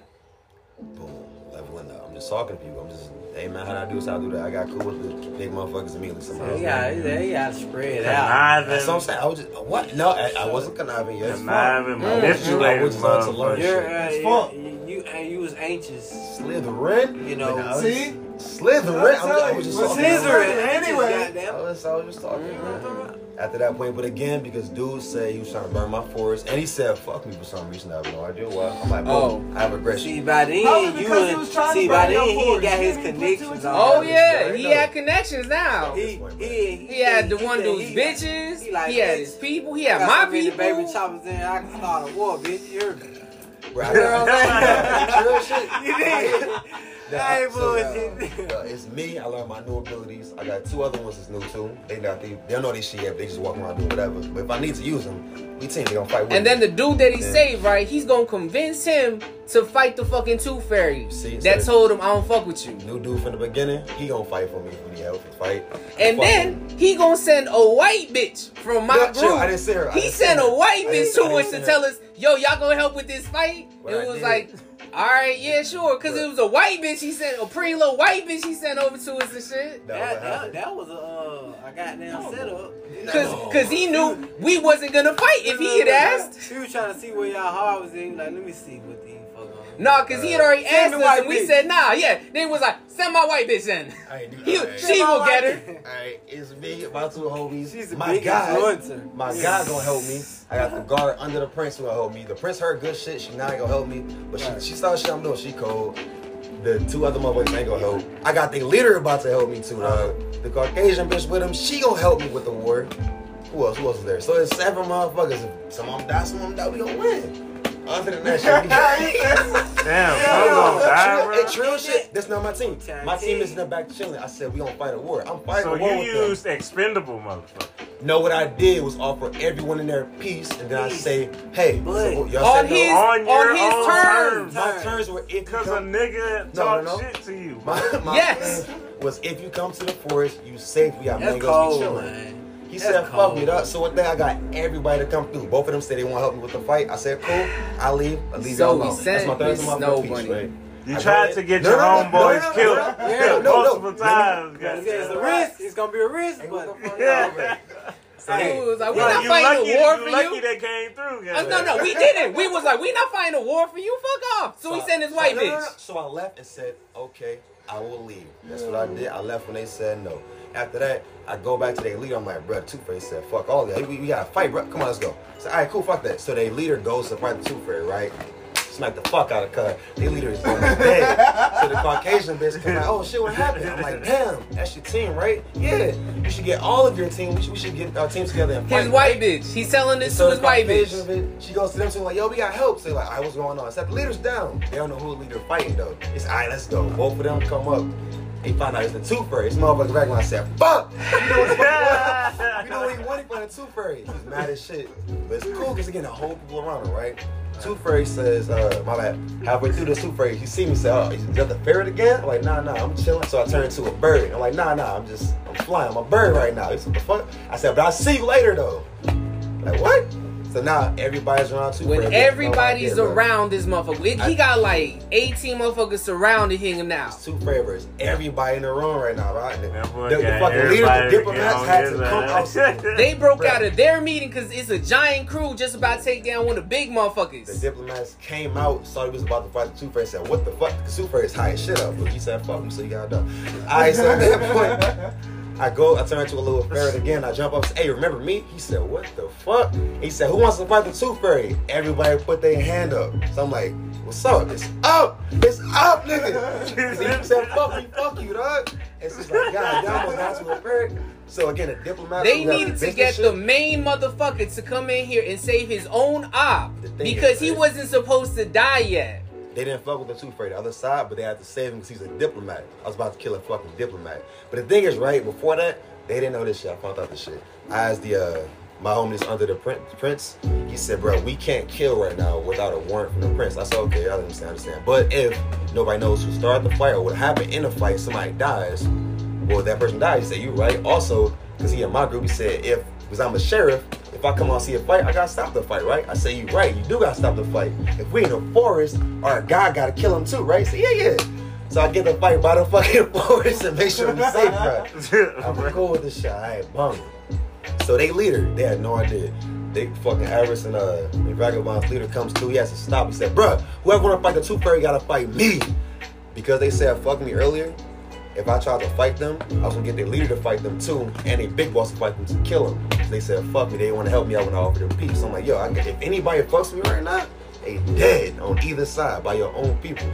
A: boom, leveling up. I'm just talking to people. I'm just, hey man, how I do this, how I do that. I got cool with the big motherfuckers immediately somehow.
C: Yeah, they got spread out.
D: Conniving.
A: That's what I'm saying. I was just, what? No, I, I wasn't conniving yet. It's fine.
D: Conniving.
A: I
D: Manipulating.
A: was about to learn
D: motherfucker.
A: shit.
C: You're, uh,
A: It's
C: you,
A: fun.
C: you, you, and you was anxious.
A: Slytherin,
C: You know,
A: But I was-
E: See?
A: Slytherin. I'm- I was just
E: Well,
A: talking.
E: Slytherin.
C: Anyway.
A: I was, I was just talking. After that point, but again, because dude said he was trying to burn my forest, and he said fuck me for some reason. I have no idea why. I'm like, oh, I have aggression.
C: See, by
E: Probably
C: then, you
E: because he
C: and,
E: was trying to
C: see, by
E: bring up
C: then, he
E: for
C: ain't got
E: it.
C: his
E: He put two and
C: connections
E: two
C: on.
B: Oh
A: yeah,
B: yeah,
A: yeah,
B: he
A: no.
B: had connections now.
C: He, he,
B: He had the
C: he-
B: one
C: he-
B: dude's
C: he-
B: bitches. He,
C: like,
B: had
C: "Bitch,
B: his people. He
C: I
B: had
C: got
B: my
C: so many
B: people.
C: Baby choppers in, I can start a war, bitch. You heard me.
A: Bro, I got- Real shit.
C: You did.
A: Yeah,
C: I ain't
A: so,
C: bullshitting.
A: uh, it's me. I learned my new abilities. I got two other ones that's new too. They not they, they don't know this shit yet. But they just walk around doing whatever. But if I need to use them, we team. They gonna fight with
B: and then
A: me.
B: the dude that he
A: Yeah.
B: saved, right? He's gonna convince him to fight the fucking tooth fairy
A: See,
B: that
A: so-
B: told him I don't fuck with you.
A: new dude from the beginning, he gonna fight for me when he help fight.
B: And
A: Fuck him.
B: then he gonna send a white bitch from my
A: No,
B: group.
A: chill, I didn't see her. I
B: He
A: didn't see
B: sent a
A: her.
B: white
A: I
B: bitch
A: didn't-
B: to
A: I didn't
B: us
A: see
B: to
A: her.
B: tell us, "Yo, y'all gonna help with this fight?"
A: Well,
B: it
A: I
B: was
A: did.
B: like, "All right, yeah, sure," because it was a white bitch. He sent a pretty little white bitch. He sent over to us and shit.
A: No,
C: That,
A: what
C: that,
A: happened?
C: that was a, uh, a goddamn setup.
B: Cause,
A: Oh.
B: cause he knew we wasn't gonna fight if he had asked.
C: He was trying to see where y'all heart was in. Like, let me see what these fuck on.
B: Nah, cause he had already
F: Send
B: asked
F: the
B: us,
F: white
B: and we
F: bitch.
B: said nah. Yeah, they was like, send my white bitch in.
A: Hey, dude,
B: He,
A: all right.
B: she will get her.
A: All right, it's me, my two homies.
F: She's a
A: my
F: big
A: guy,
F: influencer.
A: My guy gonna help me. I got the guard under the prince who gonna help me. The prince heard good shit. She not gonna help me, but she, she saw shit I'm doing. She cold. The two other motherfuckers ain't gonna help. I got the leader about to help me too.
F: Uh-huh.
A: Dog. The Caucasian bitch with him, she gonna help me with the war. Who else? Who else is there? So it's seven motherfuckers. If some of them die, some of them die. We gonna win. Other than that shit, we
D: Damn, I'm gonna die, bro.
A: It's real shit. That's not my team. My team is in the back chilling. I said we don't fight a war. I'm fighting
D: So
A: a war
D: you
A: with them.
D: used expendable, motherfucker.
A: No, what I did was offer everyone in their peace, and then I say, hey, so y'all
B: On
A: said
B: his
A: no.
D: On your
B: on his
D: own
B: terms.
A: My turns were if you
D: Cause a
A: come,
D: nigga
A: No,
D: talk
A: no, no.
D: shit to you.
A: my, my
B: Yes.
A: turn was if you come to the forest, you safe. We got
F: That's
A: mangoes,
F: cold,
A: we chilling.
F: man.
A: He
F: That's
A: said, fuck
F: cold.
A: me up. So one day I got everybody to come through. Both of them said they want to help me with the fight. I said, cool. I leave. I leave
B: So
A: y'all
B: we
A: alone. That's
B: sent
A: my third time
B: Miss
A: I'm
B: Snow
A: peace,
B: Bunny.
A: right?
D: You
A: I
D: tried
A: go
D: to
A: in-
D: get
A: No,
D: your
A: no, no, no,
D: homeboys
A: no, no,
D: killed
A: no, no,
D: killed
A: no, no.
D: multiple times.
A: Let
D: goddamn.
A: me-
F: It's a risk. It's gonna be a risk,
A: Hey,
F: but
A: what the fuck?
D: Yeah.
B: It was like, we
D: Yo,
B: not
D: you
B: fighting
D: lucky,
B: a war
D: you
B: for
D: lucky
B: you.
D: they came through.
B: Uh,
D: goddamn.
B: no, no, we didn't. We was like, we not fighting a war for you. Fuck off. So he sent his white
A: No, no, no.
B: bitch.
A: So I left and said, okay, I will leave. That's what I did. I left when they said no. After that, I go back to their leader. I'm like, bro, Two Face said, fuck all that. We, we gotta fight, bro. Come on, let's go. So, all right, cool, fuck that. So their leader goes to fight the Two Face, right? Smack the fuck out of cut. Their leader is going dead. so the Caucasian bitch come like, oh shit, what happened? I'm like, damn, that's your team, right? Yeah, you should get all of your team. We should, we should get our team together and fight.
B: His white bitch. He's selling this
A: So
B: to
A: the
B: his white
A: Caucasian
B: bitch.
A: bitch, she goes to them, she's like, yo, we got help. So they're like, all right, what's going on? Except the leader's down. They don't know who the leader fighting, though. It's, all right, let's go. Both of them come up. They find out it's the Tooth Fairy. This motherfucker back line said, fuck! You know what's going on? You know what he wanted from the Tooth Fairy. He's mad as shit. But it's cool because again, the whole people around him, right? Tooth Fairy says, uh, my bad, halfway through this Tooth Fairy, he see me say, oh, is that the ferret again? I'm like, nah, nah, I'm chilling. So I turn into a bird. I'm like, nah, nah, I'm just, I'm flying. I'm a bird right now. He's what the fuck? I said, but I'll see you later, though. Like what? So now everybody's around too.
B: When
A: Fred.
B: everybody's
A: No idea, bro.
B: around this motherfucker, It- he got like 18 motherfuckers surrounding him now.
A: It's two favors. Everybody in the room right now, right? The,
D: That boy
A: the- the
D: got
A: fucking leader, the
D: everybody to get
A: diplomats
D: on
A: had
D: his
A: to come
D: ass.
A: out.
B: They broke
A: Bruh.
B: out of their meeting because it's a giant crew just about to take down one of the big
A: The
B: motherfuckers.
A: diplomats came out, saw he was about to fight the Two Face. Said, "What the fuck?" The Two Face high as shit up, but he said, "Fuck him," so he got done. I so at that point, I go, I turn into a little ferret again. I jump up, say, "Hey, remember me?" He said, "What the fuck?" He said, "Who wants to fight the Two Fairy?" Everybody put their hand up. So I'm like, "What's up? It's up! It's up, nigga!" So he said, "Fuck me, fuck you, dog." And she's like, "God, y'all almost got to a ferret." So again, the diplomats.
B: They
A: who got
B: needed to
A: business
B: get
A: shit-
B: the main motherfucker to come in here and save his own op
A: The thing
B: because
A: is,
B: he
A: right?
B: wasn't supposed to die yet.
A: They didn't fuck with the Tooth Fairy, the other side, but they had to save him because he's a diplomat. I was about to kill a fucking diplomat. But the thing is, right before that, they didn't know this shit. I found out this shit. I asked the uh, my homie that's under the prin- prince. He said, "Bro, we can't kill right now without a warrant from the prince." I said, "Okay, I understand, I understand." But if nobody knows who started the fight or what happened in the fight, somebody dies. Well, that person died. He said, "You right." Also, because he in my group, he said, "If because I'm a sheriff, if I come out and see a fight, I gotta stop the fight, right?" I say, "You right. You do gotta stop the fight. If we in a forest, our guy gotta kill him too, right?" So yeah, yeah. So I get the fight by the fucking forest and make sure we safe, right? I'm cool with this shit. I ain't bumming. So they leader, they had no idea. They fucking Iris and uh the Vagabond's leader comes through, he has to stop. He said, bruh, whoever wanna fight the two fairy gotta fight me. Because they said fuck me earlier, if I tried to fight them, I was gonna get their leader to fight them too, and a big boss to fight them to kill them. So they said fuck me, they didn't wanna help me out when I offered them peace. I'm like, yo, I, if anybody fucks me right now, they dead on either side by your own people.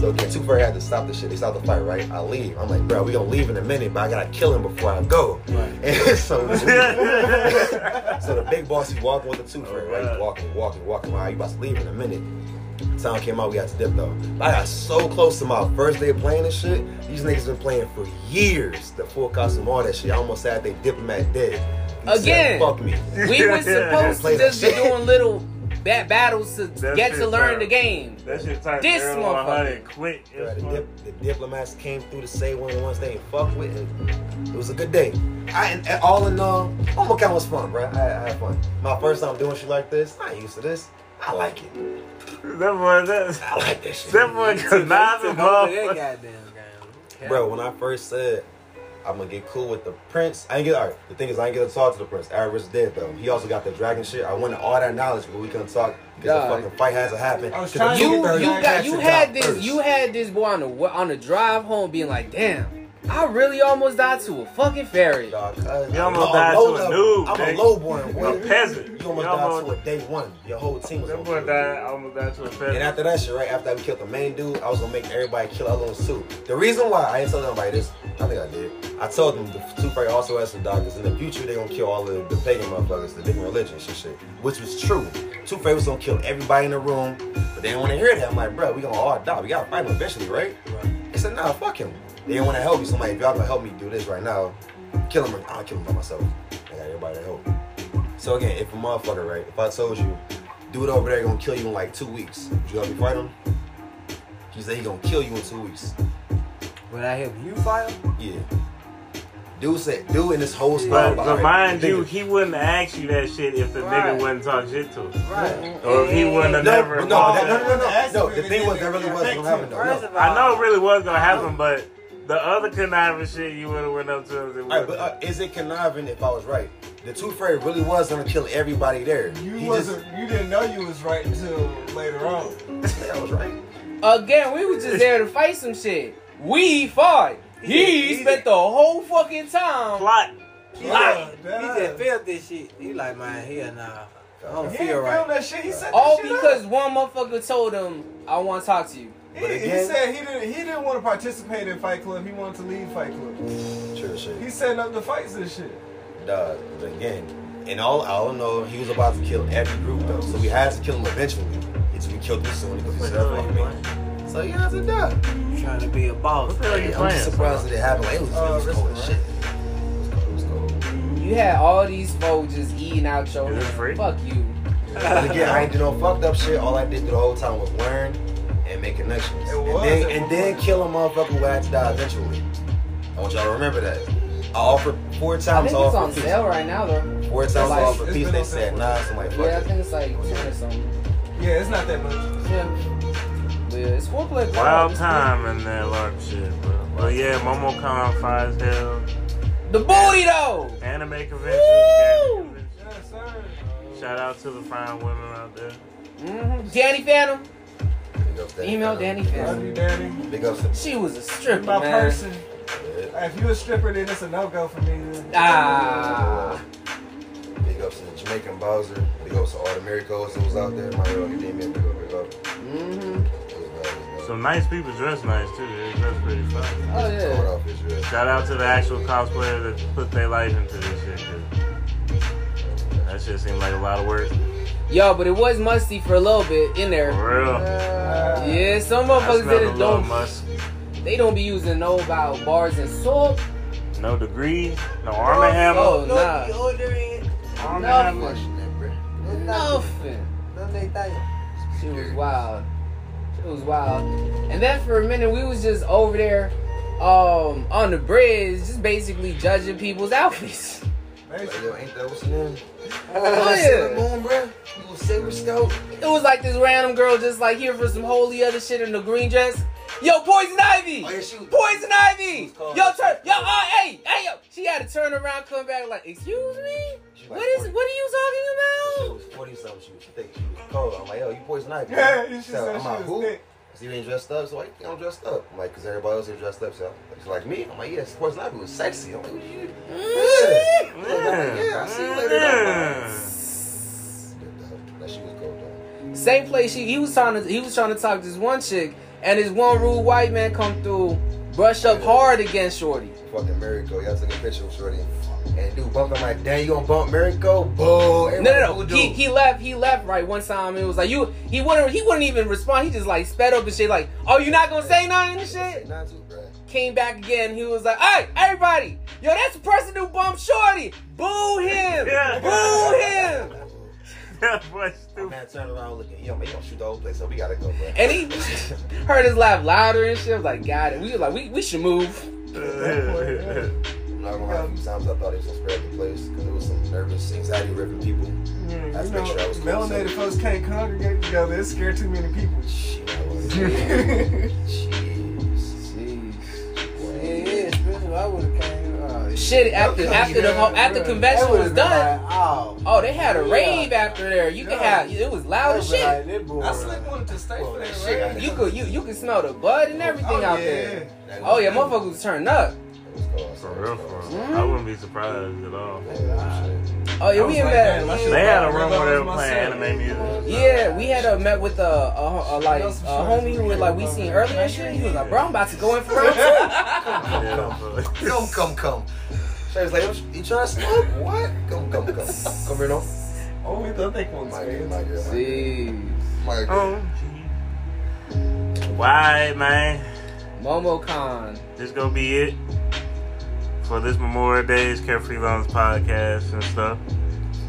A: So again, Two Fairy had to stop the shit. They stopped the fight, right? I leave. I'm like, bro, we gonna leave in a minute, but I gotta kill him before I go. And so we leave. So the big boss, he walking with the two friend, right? He's walking, walking, walking. Right, you about to leave in a minute. Time came out, we got to dip though. I got so close to my first day playing this shit. These niggas been playing for years. The full costume, all that shit. I almost had they diplomat dead. He said,
B: Again.
A: Fuck me.
B: We was supposed to
A: Play that
B: just be
A: shit.
B: doing little bat battles to
D: That
B: get to
D: shit
B: learn
D: terrible.
B: the game.
D: That shit turned
B: This
D: Aaron 100
B: motherfucker.
D: quick.
A: Bruh,
D: as
A: the,
D: fuck.
A: dip, the diplomats came through to say one of the ones they ain't fuck with. It, it was a good day. I and, and all in all, almost kind of was fun, bro. I, I had fun. My first time doing shit like this. I ain't used to this. I like it.
D: That boy, that,
A: I like this shit.
D: that boy conniving,
F: Took over that
D: motherfucker.
F: goddamn game.
A: Bro, when I first said I'm gonna get cool with the prince. I ain't get all right. The thing is, I ain't gonna talk to the prince. Arabic is dead though. He also got the dragon shit. I wanted all that knowledge, but we couldn't talk because
B: Dog.
A: the fucking fight hasn't happened.
E: I was
A: 'Cause
E: trying
A: the
E: to
B: You you
A: third
B: got
E: get
A: match
B: you
A: is
B: had
A: out
B: this
A: first.
B: you had this boy on the wa- on the drive home being like, damn, I really almost died to a fucking ferry.
A: Dog, cuz,
D: You almost
A: I'm
D: died to
A: low
D: a
A: level.
D: noob,
A: I'm
D: nigga.
A: a lowborn
D: A
A: warrior.
D: peasant.
A: You almost
D: Y'all
A: died
D: almost-
A: to a day one. Your whole team was
D: That
A: on
D: boy
A: kill.
D: died. I almost died to a
A: And
D: pet.
A: after that shit, right after I killed the main dude, I was gonna make everybody kill our little suit. The reason why I didn't tell nobody this, I think I did. I told them the Two Fairy also has some doctors. In the future, they gonna kill all of the pagan motherfuckers, the different religions and shit, which was true. Two Fairy was gonna kill everybody in the room, but they didn't wanna hear that. I'm like, bro, we gonna all die. We gotta fight him eventually, right? They said, nah, fuck him. They didn't wanna help me. So I'm like, if y'all gonna help me do this right now, kill him. or- I'll kill him by myself. I got everybody to help. So again, if a motherfucker, right? If I told you, dude over there gonna kill you in like two weeks, would you help me fight him? He said he gonna kill you in two weeks.
F: When I help you fight him,
A: Yeah. Dude said, dude in this whole spot.
D: But, but mind you, he wouldn't ask you that shit if the
C: Right.
D: nigga wouldn't talk shit to him.
F: right?
D: Or if he wouldn't
A: no,
D: have
A: no,
D: never
A: no, no,
D: involved him.
A: no, no, no. The thing was, that really wasn't gonna happen. though.
F: First
A: No.
F: of all,
D: I know it really was gonna happen, but the other conniving shit you would have went up to him. and
A: All right,
D: would've-
A: but uh, is it conniving if I was right? The Tooth Fairy really was gonna kill everybody there.
E: You
A: he
E: wasn't. you didn't know you was right until later on.
A: just, I was right.
B: Again, we was just there to fight some shit. We fought. He spent the whole fucking time.
D: plot.
E: Yeah,
F: He
E: duh.
F: just felt this shit. He like, man, hell nah. I don't
E: He
F: feel
E: feel
F: right.
E: that shit. He said
B: All
E: that shit up.
B: because one motherfucker told him, I want to talk to you.
E: He,
A: But
E: he
A: again-
E: said he didn't. He didn't want to participate in Fight Club. He wanted to leave Fight Club.
A: Sure, shit.
E: He's setting up the fights and shit.
A: Dog, uh, but again, and all I don't know, he was about to kill every group though, so we had to kill him eventually. It's we killed this one because he said fuck me. So yeah, it's a dog.
F: Trying to be a boss.
D: What the hell you
A: I'm just
D: playing?
A: surprised that it happened. Like, it was,
E: Uh,
A: it was cold as shit. It
E: restaurant.
A: was cold, it was cold.
B: You had all these folks just eating out your
D: Is it free?
B: Fuck you.
A: But again, I ain't do no fucked up shit. All I did through the whole time was learn and make connections.
E: It
A: and
E: was,
A: then,
E: it
A: and
E: was.
A: then kill a motherfucker who had to die eventually. I want y'all to remember that. I offered four
B: I
A: times
B: think
A: I
B: it's on
A: offered
B: sale right now though.
A: peace. Four times I
B: It's
A: offered
E: been
A: peace.
E: on
A: They
E: sale
A: said
E: for-
A: nah. So I'm like, fuck
B: Yeah, I
A: it.
B: think it's like ten or something.
E: Yeah, it's not that much.
B: Yeah. But yeah, it's foreplay.
D: Wild time in that LARP shit, bro. But yeah, MomoCon, Firesdale,
B: The booty though.
D: anime conventions. gaming
B: Woo!
D: conventions.
E: Yes, sir.
D: Shout out to the fine women out there.
B: hmm Danny Phantom.
A: Big ups to
B: Email Danny
E: Love
B: Phantom.
E: you, Danny.
A: Big ups to
B: She was a
E: You're
B: stripper,
E: my
B: man.
E: person. If you a stripper, then it's a no go for me. then.
B: Ah.
A: Big ups to the Jamaican Bowser. Big ups to all the miracles that was out there. My Hero Academia. Big up, big up.
B: hmm
A: It was bad, it was bad.
D: Some nice people dress nice too. They dress pretty fun.
B: Oh
A: Tore it
B: yeah.
A: off his dress.
D: Shout out to the actual cosplayers that put their life into this shit. 'cause That shit seemed like a lot of work.
B: Yo, but it was musty for a little bit in there.
D: For real.
E: Uh,
B: Yeah, some
D: I
B: motherfuckers
D: smelled a
B: that
D: little
B: don't
D: musk.
B: they don't be using no about bars and soap.
D: No degrees. No arm and hammer.
B: Oh,
F: No
B: nah.
F: deodorant,
D: Arm and
B: nothing.
D: hammer.
F: no nothing.
B: Nothing.
F: No nothing.
B: She was wild. She was wild. And then for a minute we was just over there um on the bridge, just basically judging people's outfits.
A: Like, yo, ain't that what's your name?
B: Oh yeah.
A: Moon, bro. You a silver scout?
B: It was like this random girl just like here for some holy other shit in the green dress. Yo, poison ivy!
A: Oh, yeah, she was-
B: Poison ivy!
A: was calling
B: Yo,
A: her.
B: turn yo, oh, hey, hey yo! She had to turn around, come back like, excuse me?
A: She like
B: What is
A: 40.
B: what are you
A: She
B: talking
A: was 40 something. She was thick. She was cold. I'm like, yo, you poison ivy.
E: Yeah, you should
A: So,
E: say
A: I'm
E: she
A: like,
E: was
A: who?
E: thick.
A: So you ain't dressed up? So why you think I'm dressed up? I'm like, because everybody else is dressed up. So she's like, me? I'm like, yes, poison ivy was sexy. I'm like, what you?
B: about?
A: Yeah. Yeah, I see you later.
D: Yeah.
A: That shit was cold, though.
B: Same place she he was trying to he was trying to talk to this one chick and this one rude white man come through, brush up hard against Shorty.
A: fucking Miracle. Y'all took a picture with Shorty. And dude bumped him like, damn, you gonna bump Miracle? Boo.
B: No no no. He, he left he left right one time it was like you he wouldn't he wouldn't even respond. He just like sped up and shit like, Oh you not gonna say nothing and shit?
A: Not too, bruh.
B: Came back again, he was like, Hey, everybody, yo, that's the person who bumped Shorty. Boo him!
D: Yeah.
B: Boo him!
D: That boy stupid.
A: Man, turn around looking. Yo, man, you don't shoot the whole place, so we gotta go, bruh.
B: And he heard his laugh louder and shit. I was like, God, we was like we, we should move.
A: I'm not gonna lie, a few times I thought he was gonna spare the place because it was some nervous, anxiety ripping people.
E: Yeah,
A: That's
E: you know,
A: picture I was cool,
E: melanated
A: so-
E: folks can't congregate together. It scared too many people.
A: Shit. I was like, Jeez.
B: Jeez.
F: Yeah, yeah, especially I would have came.
B: shit after after the whole, after convention
F: They would've
B: was
F: been
B: done.
F: Like, oh,
B: Oh, they had a
F: Yeah.
B: rave after there. You could
F: Yeah.
B: have it was loud as
F: They would've
B: shit.
F: been like, they bored.
E: I slick wanted to stay for that
B: Shit,
E: raid.
B: you could you you could smell the bud and everything
E: Oh,
B: out
E: yeah.
B: there. Oh yeah, motherfuckers was turning up.
D: For real, for real. I wouldn't be surprised at
B: Oh
D: all.
B: yeah,
E: I was
B: we in
E: like
B: bed.
E: that, my shit-
D: They had a room
E: Real
D: where they were
E: myself.
D: playing anime music.
B: Yeah, we had a met with uh, a, a, a like a homie who was like we seen earlier and shit. He was like, bro, I'm about to go in for round two.
D: Yeah, but-
A: Come, come, come. Shay was like, "Oh, you trying to smoke? What? Come, come, come. Come here, no.
E: Oh, we thought they wanted
A: My
E: to
A: good,
E: stay.
A: my good, my good.
B: Jeez.
A: My good.
D: Oh. Why, man?
B: MomoCon.
D: This gonna be it for this Memorial Days Carefree Loans podcast and stuff.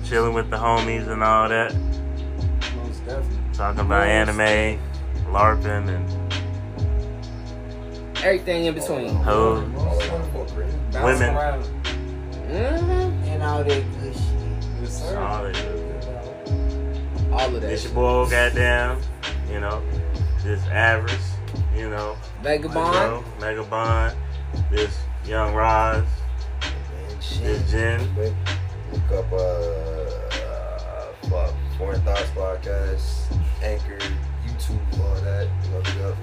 D: Chilling with the homies and all that.
C: Most definitely.
D: Talking about anime, LARPing, and
B: Everything in
E: Oh.
B: between.
D: hoes,
A: All the way down to four, three.
C: Bounce
D: Women.
C: around
B: hmm
C: And all that good shit.
E: Yes, sir.
D: all that.
B: All of
D: This your
B: that.
D: boy, old goddamn. You know, this average. You know,
B: Vagabond.
D: Mega Bond. This young Roz.
A: Man, shit.
D: This Jen.
A: Look look up uh, uh fuck, Foreign Thoughts Podcast, Anchor, YouTube, all that. You know, look up,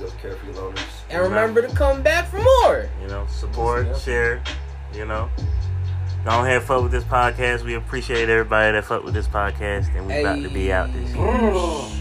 A: look up Carefree Loners.
B: And remember to come back for more.
D: You know, support, share, you know. Go ahead, fuck with this podcast. We appreciate everybody that fuck with this podcast, and we about to be out this year.
B: Hey.